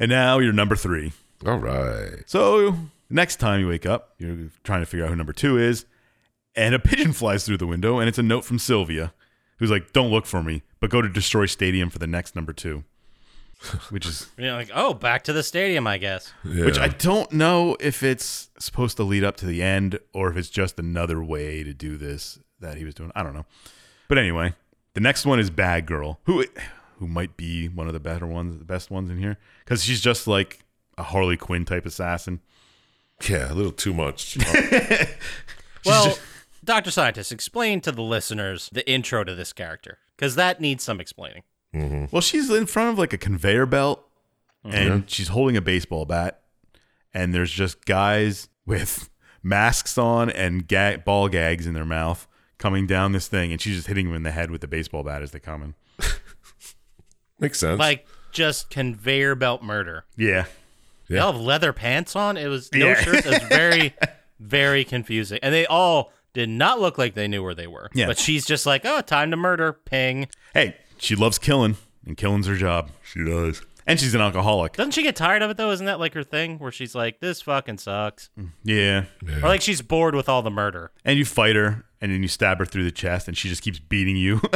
Speaker 5: and now you're number three.
Speaker 3: All right.
Speaker 5: So next time you wake up, you're trying to figure out who number two is, and a pigeon flies through the window, and it's a note from Sylvia, who's like, "Don't look for me, but go to Destroy Stadium for the next number two. Which is
Speaker 7: You know, like, oh, back to the stadium, I guess.
Speaker 3: Yeah.
Speaker 5: Which I don't know if it's supposed to lead up to the end or if it's just another way to do this that he was doing. I don't know. But anyway, the next one is Bad Girl, who who might be one of the better ones, the best ones in here, because she's just like a Harley Quinn type assassin.
Speaker 3: yeah, a little too much.
Speaker 7: Well, Dr. Scientist, explain to the listeners the intro to this character because that needs some explaining.
Speaker 5: Well, she's in front of like a conveyor belt, and she's holding a baseball bat, and there's just guys with masks on and ga- ball gags in their mouth coming down this thing, and she's just hitting them in the head with the baseball bat as they come in.
Speaker 3: Makes sense.
Speaker 7: Like, just conveyor belt murder.
Speaker 5: Yeah,
Speaker 7: They all have leather pants on. It was no
Speaker 5: Yeah.
Speaker 7: shirts. It was very, very confusing. And they all did not look like they knew where they were.
Speaker 5: Yeah.
Speaker 7: But she's just like, oh, time to murder. Ping.
Speaker 5: hey, she loves killing, and killing's her job,
Speaker 3: she does.
Speaker 5: and she's an alcoholic.
Speaker 7: Doesn't she get tired of it, though? Isn't that like her thing where she's like, this fucking sucks?
Speaker 5: Yeah,
Speaker 7: Or like she's bored with all the murder.
Speaker 5: and you fight her, and then you stab her through the chest, and she just keeps beating you.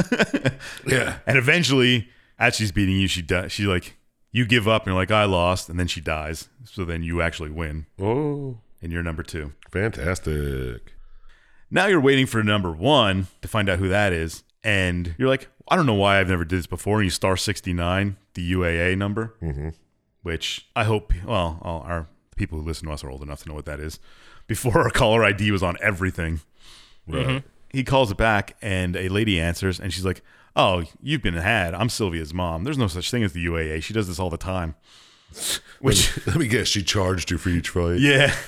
Speaker 3: Yeah.
Speaker 5: And eventually, as she's beating you, she di- she like you give up and you're like I lost, and then she dies. So then you actually win,
Speaker 3: Oh,
Speaker 5: and you're number two.
Speaker 3: fantastic.
Speaker 5: Now you're waiting for number one to find out who that is, and you're like, I don't know why I've never did this before. And you star 69, the UAA number, which I hope, well, all our people who listen to us are old enough to know what that is. Before our caller ID was on everything,
Speaker 3: Right.
Speaker 5: he calls it back, and a lady answers, and she's like, Oh, you've been had. I'm Sylvia's mom. There's no such thing as the UAA. She does this all the time. Which,
Speaker 3: Let me guess, she charged you for each fight.
Speaker 5: yeah.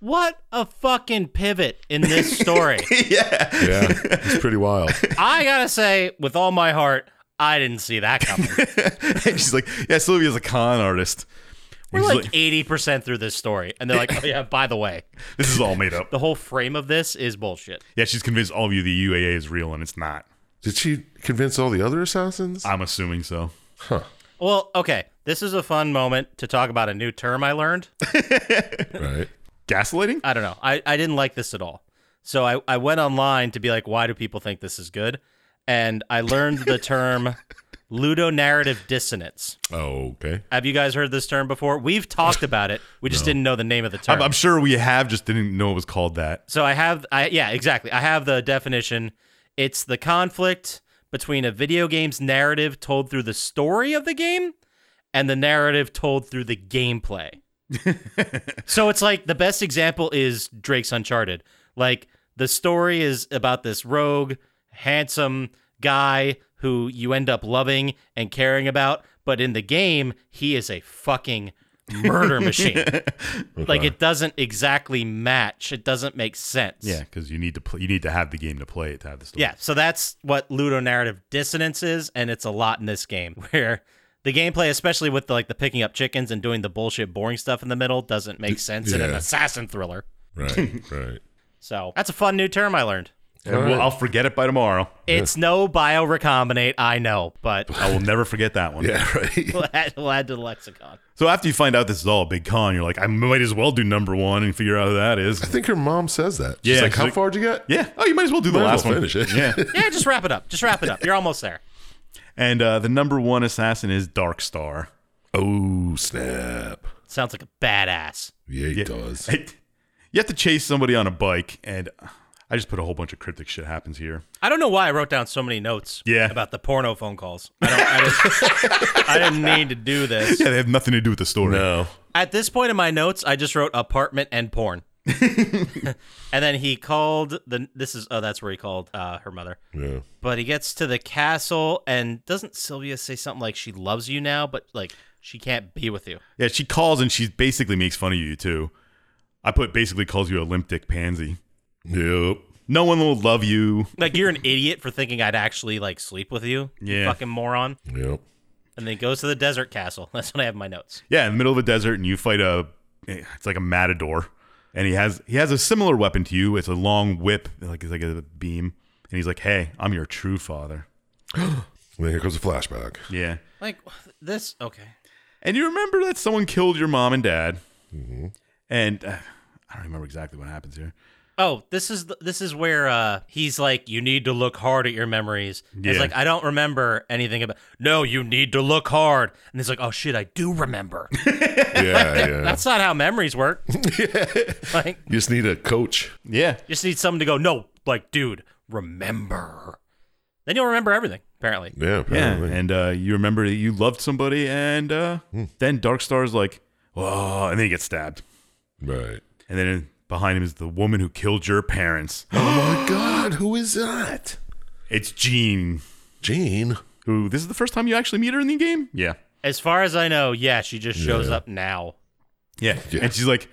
Speaker 7: What a fucking pivot in this story.
Speaker 3: Yeah, it's pretty wild.
Speaker 7: I gotta say, with all my heart, I didn't see that coming.
Speaker 5: and she's like, Yeah, Sylvia's a con artist.
Speaker 7: We're
Speaker 5: He's
Speaker 7: like eighty percent through this story, and they're like, "Oh yeah, by the way,
Speaker 5: This is all made up.
Speaker 7: the whole frame of this is bullshit."
Speaker 5: Yeah, she's convinced all of you the UAA is real and it's not.
Speaker 3: Did she convince all the other assassins?
Speaker 5: I'm assuming so.
Speaker 7: Well, okay, this is a fun moment to talk about a new term I learned.
Speaker 3: right.
Speaker 5: Gaslighting?
Speaker 7: I don't know. I, I didn't like this at all. So I, I went online to be like, why do people think this is good? And I learned the term ludonarrative dissonance.
Speaker 3: Oh, okay.
Speaker 7: Have you guys heard this term before? We've talked about it. We just didn't know the name of the term.
Speaker 5: I'm, I'm sure we have, just didn't know it was called that.
Speaker 7: So I have, I yeah, exactly. I have the definition. It's the conflict between a video game's narrative told through the story of the game and the narrative told through the gameplay. so it's like the best example is Drake's Uncharted. Like the story is about this rogue, handsome guy who you end up loving and caring about, but in the game, he is a fucking murder machine. Like it doesn't exactly match. It doesn't make sense.
Speaker 5: Yeah, because you need to play, you need to have the game to play it to have the story.
Speaker 7: Yeah. So that's what ludonarrative dissonance is, and it's a lot in this game where the gameplay, especially with the, like the picking up chickens and doing the bullshit boring stuff in the middle, doesn't make sense in an
Speaker 3: yeah.
Speaker 7: assassin thriller.
Speaker 3: Right. Right.
Speaker 7: So that's a fun new term I learned.
Speaker 5: And we'll- I'll forget it by tomorrow.
Speaker 7: It's no bio recombinate, I know, but
Speaker 5: I will never forget that one.
Speaker 3: Yeah. Right.
Speaker 7: we'll add, we'll add to the lexicon.
Speaker 5: So after you find out this is all a big con, you're like, I might as well do number one and figure out who that is.
Speaker 3: I think her mom says that. She's
Speaker 5: Yeah,
Speaker 3: like,
Speaker 5: she's
Speaker 3: "How
Speaker 5: like-
Speaker 3: far would you get?"
Speaker 5: Yeah. Oh, you might as well do the
Speaker 3: Might
Speaker 5: last
Speaker 3: as well
Speaker 5: one.
Speaker 3: finish it.
Speaker 5: Yeah.
Speaker 7: Yeah, just wrap it up. Just wrap it up. You're almost there.
Speaker 5: and uh, the number one assassin is Darkstar.
Speaker 3: Oh snap!
Speaker 7: Sounds like a badass.
Speaker 3: Yeah, he
Speaker 5: Yeah.
Speaker 3: does.
Speaker 5: You have to chase somebody on a bike, and I just put a whole bunch of cryptic shit happens here.
Speaker 7: I don't know why I wrote down so many notes
Speaker 5: Yeah.
Speaker 7: about the porno phone calls. I, don't, I, just, I didn't need to do this.
Speaker 5: Yeah, they have nothing to do with the story.
Speaker 3: No.
Speaker 7: At this point in my notes, I just wrote apartment and porn. and then he called the this is oh that's where he called uh, her mother.
Speaker 3: Yeah.
Speaker 7: But he gets to the castle and doesn't Sylvia say something like she loves you now but like she can't be with you.
Speaker 5: Yeah, she calls and she basically makes fun of you too. I put basically calls you a limp dick pansy.
Speaker 3: Yep.
Speaker 5: No one will love you.
Speaker 7: Like you're an idiot for thinking I'd actually like sleep with you. you
Speaker 5: Yeah.
Speaker 7: fucking moron.
Speaker 3: Yep.
Speaker 7: And then he goes to the desert castle. That's what I have in my notes.
Speaker 5: Yeah, in the middle of a desert and you fight a eh, it's like a matador. And he has he has a similar weapon to you. It's a long whip, like it's like a beam. And he's like, Hey, I'm your true father.
Speaker 3: And then here comes a flashback.
Speaker 5: Yeah.
Speaker 7: Like this okay.
Speaker 5: And you remember that someone killed your mom and dad. Mm-hmm. And uh, I don't remember exactly what happens here.
Speaker 7: Oh, this is the, this is where uh, he's like, you need to look hard at your memories. And It's
Speaker 5: Yeah.
Speaker 7: like I don't remember anything about. No, you need to look hard. And he's like, oh shit, I do remember.
Speaker 3: Yeah. yeah.
Speaker 7: That's not how memories work. Like,
Speaker 3: You just need a coach.
Speaker 5: Yeah.
Speaker 7: you just need someone to go. No, like, dude, remember. Then you'll remember everything. Apparently,
Speaker 3: Yeah.
Speaker 5: Yeah,
Speaker 3: Apparently.
Speaker 5: and uh, you remember that you loved somebody, and uh, then Darkstar's like, oh, and then he gets stabbed.
Speaker 3: Right.
Speaker 5: And then behind him is the woman who killed your parents.
Speaker 3: Oh my God! Who is that?
Speaker 5: It's Jean,
Speaker 3: Gene.
Speaker 5: who this is the first time you actually meet her in the game? Yeah.
Speaker 7: as far as I know, yeah, she just shows up now.
Speaker 5: Yeah. And she's like,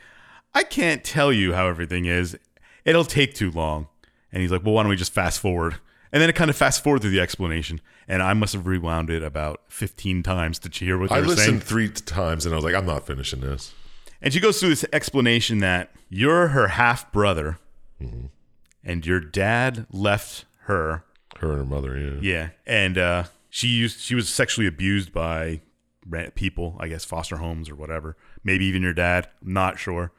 Speaker 5: I can't tell you how everything is. It'll take too long. And he's like, well, why don't we just fast forward? And then it kind of fast forward through the explanation. And I must have rewound it about 15 times to hear what they
Speaker 3: I
Speaker 5: were saying.
Speaker 3: listened three times and I was like, I'm not finishing this.
Speaker 5: And she goes through this explanation that you're her half brother
Speaker 3: Mm-hmm.
Speaker 5: and your dad left her.
Speaker 3: Her and her mother. Yeah.
Speaker 5: Yeah. And uh, she used she was sexually abused by ra- people, I guess foster homes or whatever. Maybe even your dad, I'm not sure.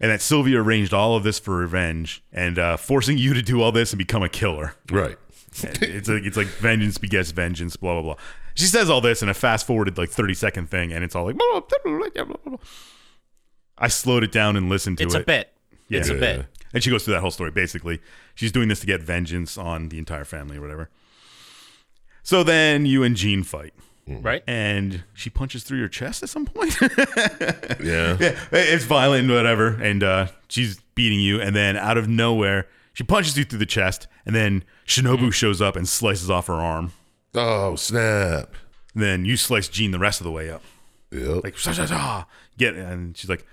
Speaker 5: And that Sylvia arranged all of this for revenge and uh, forcing you to do all this and become a killer.
Speaker 3: Right.
Speaker 5: And it's like it's like vengeance begets vengeance, blah blah blah. She says all this in a fast forwarded like thirty second thing, and it's all like. Blah, blah, blah, blah, blah, blah. I slowed it down and listened to
Speaker 7: It's
Speaker 5: it.
Speaker 7: a bit. It's a
Speaker 5: Yeah.
Speaker 7: bit.
Speaker 5: And she goes through that whole story. Basically, she's doing this to get vengeance on the entire family or whatever. So then you and Jean fight,
Speaker 7: right?
Speaker 5: and she punches through your chest at some point.
Speaker 3: Yeah.
Speaker 5: yeah, it's violent and whatever. And uh, she's beating you, and then out of nowhere, she punches you through the chest, and then Shinobu shows up and slices off her arm.
Speaker 3: Oh snap.
Speaker 5: And then you slice Jean the rest of the way up.
Speaker 3: Yep.
Speaker 5: Like, "Sha, sha, sha." get, and she's like,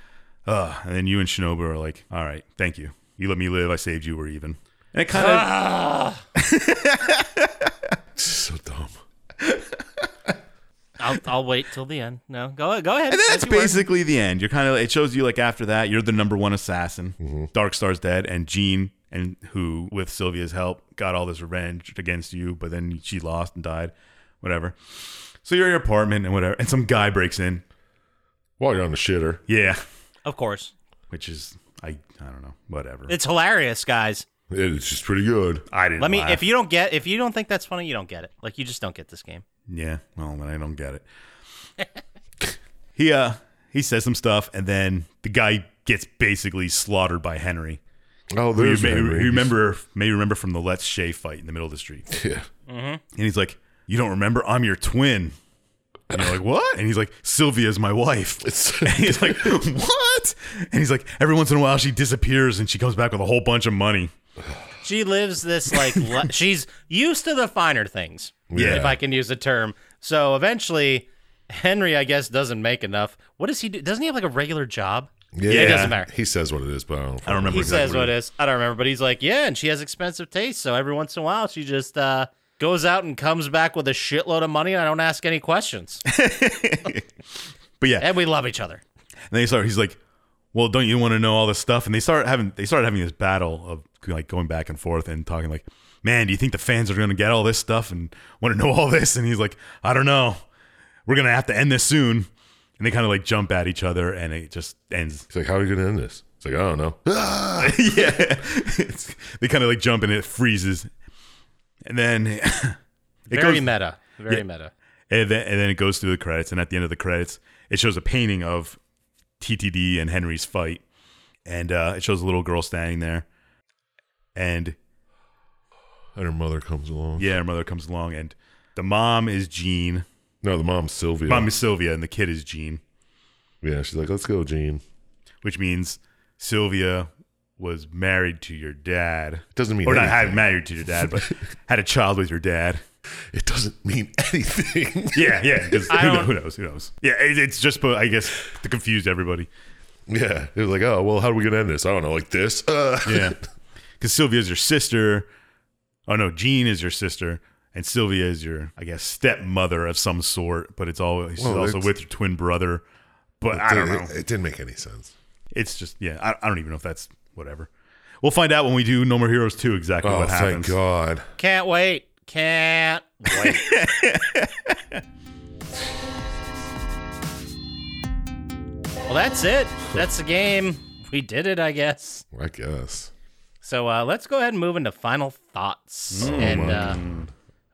Speaker 5: uh, and then you and Shinobu are like, all right, thank you. You let me live. I saved you. We're even. And it kind of,
Speaker 3: so dumb.
Speaker 7: I'll, I'll wait till the end. No, go go ahead.
Speaker 5: And then that's
Speaker 7: As you were.
Speaker 5: basically the end. You're kind of it shows you like after that you're the number one assassin. Dark Star's dead, and Jean and who with Sylvia's help got all this revenge against you, but then she lost and died, whatever. So you're at your apartment and whatever, and some guy breaks in.
Speaker 3: While you're on the shitter.
Speaker 5: Yeah,
Speaker 7: Of course,
Speaker 5: which is I I don't know whatever.
Speaker 7: it's hilarious, guys.
Speaker 3: It's just pretty good.
Speaker 5: I didn't.
Speaker 7: Let me.
Speaker 5: laugh.
Speaker 7: If you don't get, if you don't think that's funny, you don't get it. Like you just don't get this game.
Speaker 5: Yeah, well, then I don't get it. he uh he says some stuff, and then the guy gets basically slaughtered by Henry.
Speaker 3: Oh,
Speaker 5: Who you
Speaker 3: there's
Speaker 5: may,
Speaker 3: Henry.
Speaker 5: who you remember may remember from the Let's Shea fight in the middle of the street.
Speaker 3: Yeah.
Speaker 5: And he's like, "You don't remember? I'm your twin." And you're like, "What?" And he's like, "Sylvia's my wife."
Speaker 3: It's-
Speaker 5: and he's like, "What?" And he's like, "Every once in a while, she disappears and she comes back with a whole bunch of money."
Speaker 7: She lives this like le- she's used to the finer things.
Speaker 3: Yeah.
Speaker 7: if I can use the term. So eventually, Henry, I guess, doesn't make enough. What does he do? Doesn't he have like a regular job?
Speaker 3: Yeah.
Speaker 7: It doesn't matter.
Speaker 3: He says what it is, but I don't.
Speaker 5: I don't remember.
Speaker 7: He
Speaker 5: exactly
Speaker 7: says what it is. I don't remember, but he's like, yeah, and she has expensive taste, so every once in a while she just uh, goes out and comes back with a shitload of money, and I don't ask any questions.
Speaker 5: But yeah,
Speaker 7: and we love each other.
Speaker 5: And they start. He's like, "Well, don't you want to know all this stuff?" And they start having they started having this battle of like going back and forth and talking like, "Man, do you think the fans are going to get all this stuff and want to know all this?" And he's like, "I don't know. We're going to have to end this soon." And they kind of like jump at each other, and it just ends.
Speaker 3: He's like, "How are you gonna end this?" It's like, "I don't know."
Speaker 5: yeah, It's- they kind of like jump and it freezes, and then it
Speaker 7: Very
Speaker 5: goes,
Speaker 7: meta. Very meta.
Speaker 5: and then, and then it goes through the credits. And at the end of the credits, it shows a painting of TTD and Henry's fight, and uh, it shows a little girl standing there. And
Speaker 3: And her mother comes along.
Speaker 5: yeah, her mother comes along, and the mom is Jean,
Speaker 3: No, the mom's Sylvia.
Speaker 5: mom is Sylvia, and the kid is Jean,
Speaker 3: yeah, she's like, "Let's go, Gene."
Speaker 5: which means Sylvia was married to your dad.
Speaker 3: Doesn't mean
Speaker 5: or not
Speaker 3: anything.
Speaker 5: had married to your dad, but had a child with your dad.
Speaker 3: It doesn't mean anything.
Speaker 5: Yeah, yeah. 'cause
Speaker 7: I
Speaker 5: Who, kno-
Speaker 7: don't-
Speaker 5: who knows? Who knows? Yeah, it, it's just, I guess, to confuse everybody.
Speaker 3: yeah, it was like, "Oh, well, how are we gonna end this?" I don't know, like this. Uh.
Speaker 5: Yeah. Because Sylvia's your sister. Oh, no, Jean is your sister. And Sylvia is your, I guess, stepmother of some sort, but it's always she's
Speaker 3: Well,
Speaker 5: also
Speaker 3: it's-
Speaker 5: with your twin brother. But I don't know.
Speaker 3: It, it didn't make any sense.
Speaker 5: It's just, yeah, I, I don't even know if that's whatever. We'll find out when we do No More Heroes 2 exactly
Speaker 3: Oh,
Speaker 5: what
Speaker 3: thank
Speaker 5: happens.
Speaker 3: God.
Speaker 7: Can't wait. Can't wait. well, that's it. That's the game. We did it, I guess.
Speaker 3: I guess.
Speaker 7: So uh, let's go ahead and move into final thoughts.
Speaker 3: Hmm.
Speaker 7: and uh,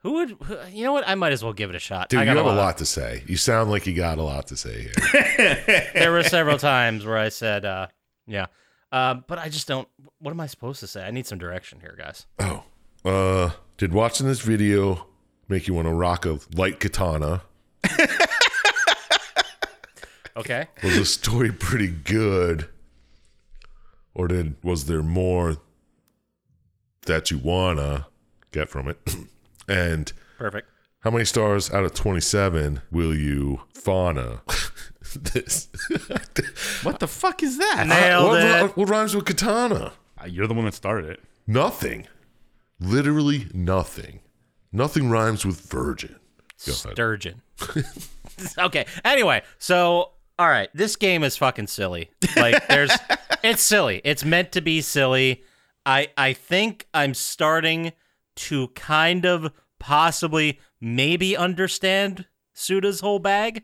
Speaker 7: who would, who- you know what? I might as well give it a shot.
Speaker 3: Dude,
Speaker 7: I
Speaker 3: you
Speaker 7: got
Speaker 3: have a lot to say. You sound like you got a lot to say here.
Speaker 7: there were several times where I said, uh, yeah. Um, but I just don't. What am I supposed to say? I need some direction here, guys.
Speaker 3: Oh. Uh, did watching this video make you want to rock a light katana?
Speaker 7: Okay.
Speaker 3: Was the story pretty good? Or did was there more that you wanna get from it? and
Speaker 7: Perfect.
Speaker 3: how many stars out of 27 will you fauna this?
Speaker 5: What the fuck is that?
Speaker 7: Nailed
Speaker 3: what,
Speaker 7: it.
Speaker 3: what- what rhymes with katana?
Speaker 5: Uh, You're the one that started it.
Speaker 3: Nothing. Literally nothing. Nothing rhymes with virgin. Go ahead.
Speaker 7: Sturgeon. okay. Anyway, so all right, this game is fucking silly. Like there's it's silly. It's meant to be silly. I I think I'm starting to kind of possibly maybe understand Suda's whole bag.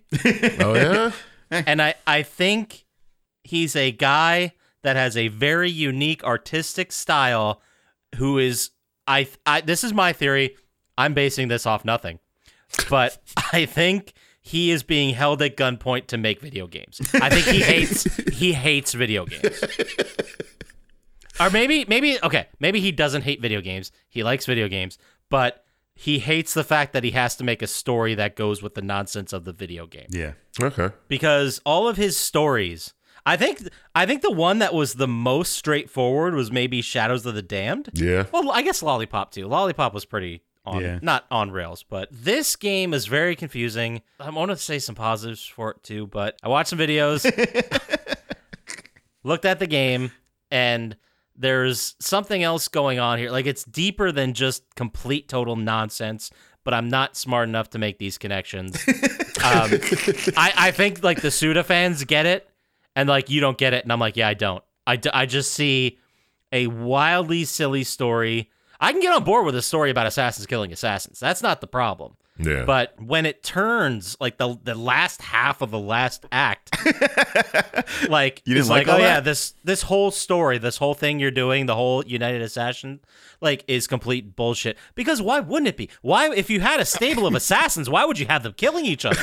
Speaker 3: Oh yeah?
Speaker 7: and I I think he's a guy that has a very unique artistic style who is I I this is my theory. I'm basing this off nothing. But I think he is being held at gunpoint to make video games. I think he hates he hates video games. or maybe maybe okay, maybe he doesn't hate video games. He likes video games, but he hates the fact that he has to make a story that goes with the nonsense of the video game.
Speaker 5: Yeah.
Speaker 3: Okay.
Speaker 7: Because all of his stories, I think I think the one that was the most straightforward was maybe Shadows of the Damned.
Speaker 3: Yeah.
Speaker 7: Well, I guess Lollipop too. Lollipop was pretty on
Speaker 5: Yeah.
Speaker 7: not on rails, but this game is very confusing. I want to say some positives for it too, but I watched some videos, looked at the game, and there's something else going on here. Like it's deeper than just complete total nonsense. But I'm not smart enough to make these connections. um, I, I think like the Suda fans get it, and like you don't get it, and I'm like, yeah, I don't. I, d- I just see a wildly silly story. I can get on board with a story about assassins killing assassins. That's not the problem.
Speaker 3: Yeah.
Speaker 7: But when it turns like the the last half of the last act, like
Speaker 5: You didn't
Speaker 7: it's
Speaker 5: like all
Speaker 7: oh yeah,
Speaker 5: that?
Speaker 7: this this whole story, this whole thing you're doing, the whole United Assassin, like is complete bullshit. Because why wouldn't it be? Why if you had a stable of assassins, why would you have them killing each other?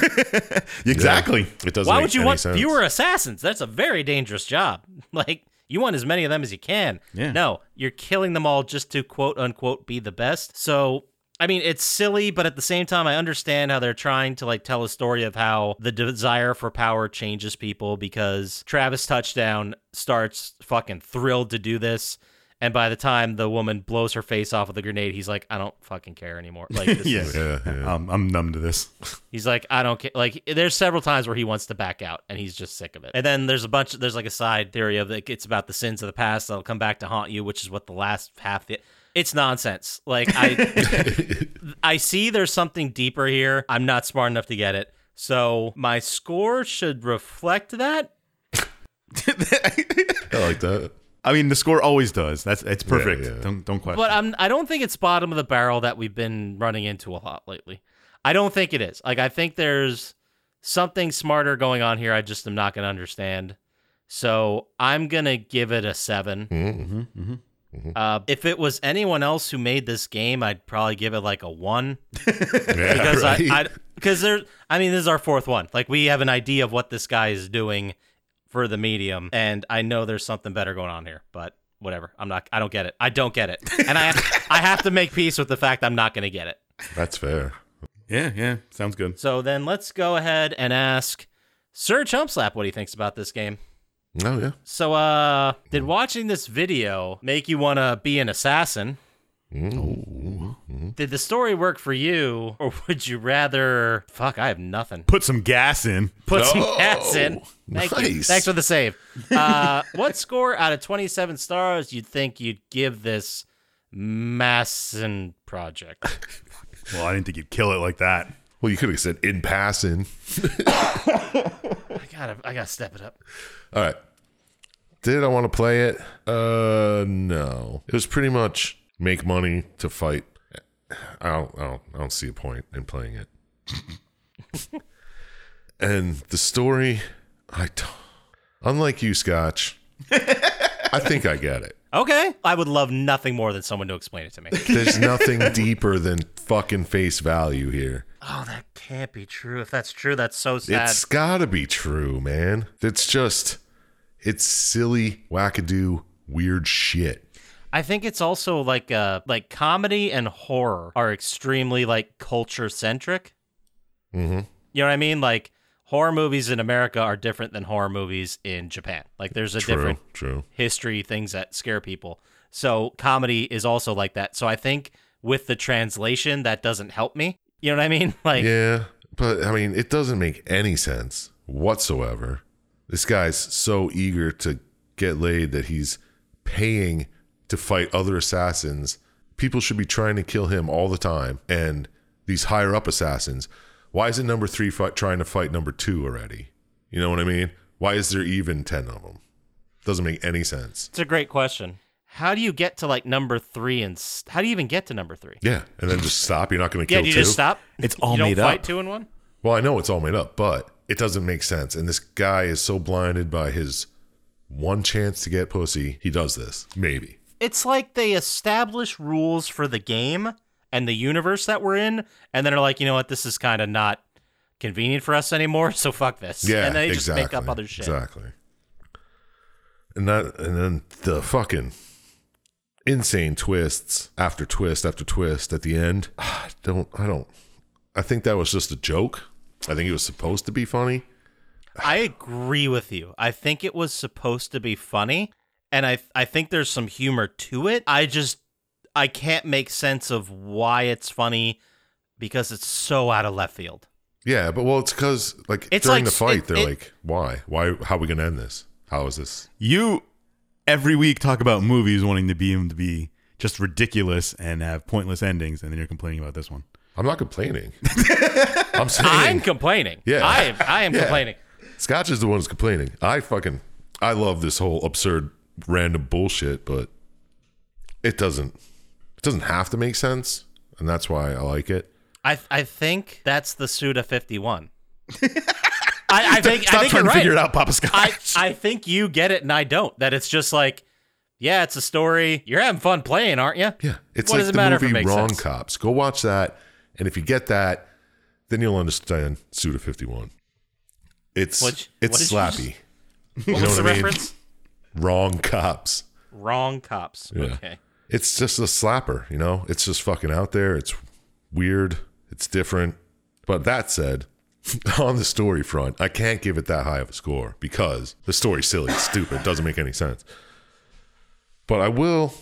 Speaker 5: Exactly.
Speaker 3: It doesn't.
Speaker 7: Why
Speaker 3: make
Speaker 7: would you
Speaker 3: any
Speaker 7: want
Speaker 3: sense.
Speaker 7: fewer assassins? That's a very dangerous job. Like you want as many of them as you can.
Speaker 5: Yeah.
Speaker 7: No, you're killing them all just to quote unquote be the best. So I mean, it's silly, but at the same time, I understand how they're trying to like tell a story of how the desire for power changes people because Travis Touchdown starts fucking thrilled to do this. And by the time the woman blows her face off with a grenade, he's like, I don't fucking care anymore. Like, this
Speaker 5: yeah.
Speaker 7: is,
Speaker 3: Yeah, yeah.
Speaker 5: Um, I'm numb to this.
Speaker 7: He's like, I don't care. Like, there's several times where he wants to back out, and he's just sick of it. And then there's a bunch. There's like a side theory of like it's about the sins of the past that'll come back to haunt you, which is what the last half. The, it's nonsense. Like I, I see there's something deeper here. I'm not smart enough to get it. So my score should reflect that.
Speaker 3: I like that.
Speaker 5: I mean, the score always does. That's it's perfect.
Speaker 3: yeah.
Speaker 5: Don't don't question.
Speaker 7: But I'm. I don't think it's bottom of the barrel that we've been running into a lot lately. I don't think it is. Like I think there's something smarter going on here. I just am not going to understand. So I'm gonna give it a 7
Speaker 3: Mm-hmm,
Speaker 7: Uh, if it was anyone else who made this game, I'd probably give it like a one
Speaker 3: Yeah,
Speaker 7: because
Speaker 3: right.
Speaker 7: I because there. I mean, this is our fourth one. Like we have an idea of what this guy is doing for the medium, and I know there's something better going on here, but. Whatever. I'm not. I don't get it. I don't get it, and I I have to make peace with the fact I'm not going to get it.
Speaker 3: That's fair.
Speaker 5: yeah, yeah, sounds good.
Speaker 7: So then let's go ahead and ask Sir Chumpslap what he thinks about this game.
Speaker 3: No, Oh, yeah.
Speaker 7: So, uh, did watching this video make you want to be an assassin? Did the story work for you, or would you rather? Fuck, I have nothing.
Speaker 5: Put some gas in.
Speaker 7: Put some
Speaker 3: Oh,
Speaker 7: hats in. Thank you.
Speaker 3: nice.
Speaker 7: Thanks for the save. Uh, what score out of 27 stars you'd think you'd give this Masson project?
Speaker 5: Well, I didn't think you'd kill it like that.
Speaker 3: Well, you could have said in passing.
Speaker 7: I gotta, I gotta step it up.
Speaker 3: All right. Did I want to play it? Uh, no. It was pretty much make money to fight. I don't, I don't, I don't see a point in playing it. and the story, I don't. Unlike you, Scotch, I think I get it.
Speaker 7: Okay, I would love nothing more than someone to explain it to me.
Speaker 3: There's nothing deeper than fucking face value here.
Speaker 7: Oh, that can't be true. If that's true, that's so sad.
Speaker 3: It's gotta be true, man. It's just, it's silly, wackadoo, weird shit.
Speaker 7: I think it's also like uh like comedy and horror are extremely like culture centric. Mm-hmm.
Speaker 3: Mhm.
Speaker 7: You know what I mean? Like horror movies in America are different than horror movies in Japan. Like there's a different
Speaker 3: true.
Speaker 7: history things that scare people. So comedy is also like that. So I think with the translation that doesn't help me. You know what I mean? Like
Speaker 3: Yeah, but I mean, it doesn't make any sense whatsoever. This guy's so eager to get laid that he's paying to fight other assassins. People should be trying to kill him all the time, and these higher up assassins. Why isn't number three fight, trying to fight number two already? You know what I mean? Why is there even ten of them? Doesn't make any sense.
Speaker 7: it's a great question. How do you get to like number 3 and s how do you even get to number 3?
Speaker 3: Yeah, and then just stop. You're not going to
Speaker 7: Yeah,
Speaker 3: kill
Speaker 7: do you
Speaker 3: two.
Speaker 7: just stop?
Speaker 5: It's all
Speaker 7: you don't
Speaker 5: made
Speaker 7: fight
Speaker 5: up.
Speaker 7: two and one?
Speaker 3: Well, I know it's all made up, but it doesn't make sense. And this guy is so blinded by his one chance to get pussy, he does this. Maybe.
Speaker 7: it's like they establish rules for the game and the universe that we're in, and then are like, you know what, this is kind of not convenient for us anymore, so fuck this.
Speaker 3: Yeah,
Speaker 7: and they just
Speaker 3: exactly.
Speaker 7: make up other shit.
Speaker 3: Exactly. And that, and then the fucking insane twists after twist after twist at the end. I don't I don't I think that was just a joke. I think it was supposed to be funny.
Speaker 7: I agree with you. I think it was supposed to be funny, and I I think there's some humor to it. I just I can't make sense of why it's funny because it's so out of left field.
Speaker 3: Yeah, but well it's cuz like
Speaker 7: It's
Speaker 3: during
Speaker 7: like-
Speaker 3: the fight
Speaker 7: it-
Speaker 3: they're
Speaker 7: it-
Speaker 3: like, "Why? Why how are we going to end this? How is this?"
Speaker 5: You every week talk about movies wanting to be them to be just ridiculous and have pointless endings, and then you're complaining about this one.
Speaker 3: I'm not complaining. I'm saying
Speaker 7: I'm complaining.
Speaker 3: Yeah.
Speaker 7: I am, I am
Speaker 3: Yeah.
Speaker 7: complaining.
Speaker 3: Scotch is the one who's complaining. I fucking I love this whole absurd random bullshit, but it doesn't it doesn't have to make sense, and that's why I like it.
Speaker 7: I I think that's the Suda 51. I, I think
Speaker 5: Stop
Speaker 7: I
Speaker 5: trying
Speaker 7: think you're
Speaker 5: to
Speaker 7: right.
Speaker 5: figure it out, Papa Scott.
Speaker 7: I, I think you get it and I don't. That it's just like, yeah, it's a story. You're having fun playing, aren't you?
Speaker 3: Yeah, it's
Speaker 7: What
Speaker 3: like
Speaker 7: does it
Speaker 3: the
Speaker 7: matter if it
Speaker 3: movie
Speaker 7: makes
Speaker 3: Wrong
Speaker 7: sense?
Speaker 3: Cops. Go watch that, and if you get that, then you'll understand Suda Fifty One. It's
Speaker 7: Which-
Speaker 3: it's
Speaker 7: what did
Speaker 3: slappy.
Speaker 7: you
Speaker 3: You know
Speaker 7: What's
Speaker 3: what
Speaker 7: the
Speaker 3: I mean?
Speaker 7: reference?
Speaker 3: Wrong Cops.
Speaker 7: Wrong cops.
Speaker 3: Yeah.
Speaker 7: Okay.
Speaker 3: It's just a slapper, you know. It's just fucking out there. It's weird. It's different. But that said, on the story front, I can't give it that high of a score because the story's silly, it's stupid, it doesn't make any sense. But I will.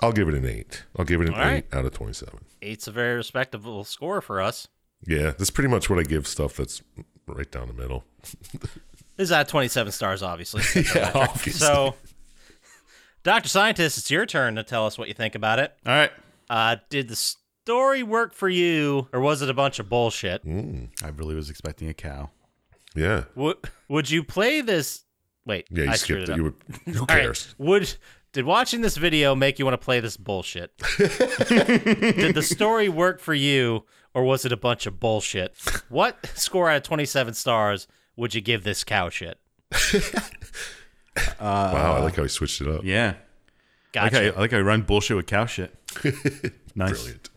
Speaker 3: I'll give it an eight. I'll give it an
Speaker 7: All
Speaker 3: eight
Speaker 7: right.
Speaker 3: out of twenty-seven.
Speaker 7: Eight's a very respectable score for us.
Speaker 3: Yeah, that's pretty much what I give stuff that's right down the middle.
Speaker 7: This is out of 27 stars, obviously.
Speaker 3: Yeah, obviously.
Speaker 7: so, Dr. Scientist, it's your turn to tell us what you think about it.
Speaker 5: All right,
Speaker 7: Uh, did the story work for you, or was it a bunch of bullshit?
Speaker 3: Mm-hmm.
Speaker 5: I really was expecting a cow.
Speaker 3: yeah,
Speaker 7: Would would you play this? Wait,
Speaker 3: yeah. You
Speaker 7: I screwed
Speaker 3: skipped
Speaker 7: it.
Speaker 3: it.
Speaker 7: up.
Speaker 3: You were, who
Speaker 7: All right,
Speaker 3: cares?
Speaker 7: Would did watching this video make you want to play this bullshit? did the story work for you, or was it a bunch of bullshit? What score out of twenty seven stars would you give this cow shit?
Speaker 3: wow, I like how he switched it up.
Speaker 5: Yeah, I like,
Speaker 7: Gotcha.
Speaker 5: how, I like how you run bullshit with cow shit. nice.
Speaker 3: Brilliant.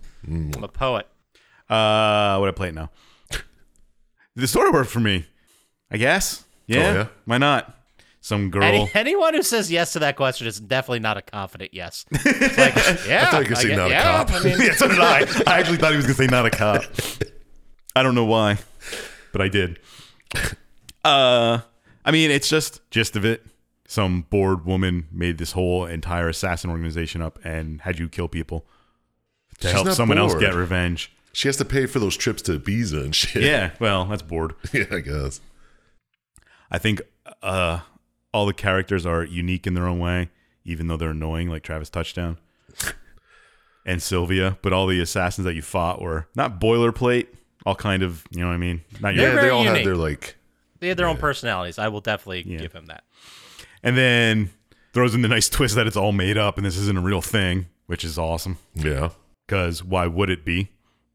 Speaker 7: I'm a poet.
Speaker 5: Uh, would I play it now? this sort of worked for me, I guess. Oh, Yeah,
Speaker 3: yeah?
Speaker 5: why not? Some girl.
Speaker 7: Any, anyone who says yes to that question is definitely not a confident yes. It's like, yeah,
Speaker 3: I thought you could
Speaker 7: I
Speaker 3: say
Speaker 7: get-
Speaker 3: not
Speaker 7: yeah,
Speaker 3: a cop.
Speaker 7: I mean,
Speaker 5: yeah, so did I. I actually thought he was gonna say not a cop. I don't know why, but I did. Uh, I mean, it's just gist of it. Some bored woman made this whole entire assassin organization up and had you kill people to
Speaker 3: She's
Speaker 5: help
Speaker 3: not
Speaker 5: someone else
Speaker 3: bored.
Speaker 5: get revenge.
Speaker 3: She has to pay for those trips to Ibiza and shit.
Speaker 5: Yeah, well, that's bored.
Speaker 3: yeah, I guess.
Speaker 5: I think uh, all the characters are unique in their own way, even though they're annoying, like Travis Touchdown and Sylvia. But all the assassins that you fought were not boilerplate, all kind of, you know what I mean? Not your.
Speaker 7: They're
Speaker 3: yeah, they
Speaker 7: very
Speaker 3: all
Speaker 7: unique.
Speaker 3: had their like.
Speaker 7: they had their own personalities. I will definitely
Speaker 5: Yeah.
Speaker 7: give him that.
Speaker 5: And then throws in the nice twist that it's all made up and this isn't a real thing, which is awesome.
Speaker 3: Yeah,
Speaker 5: Because why would it be?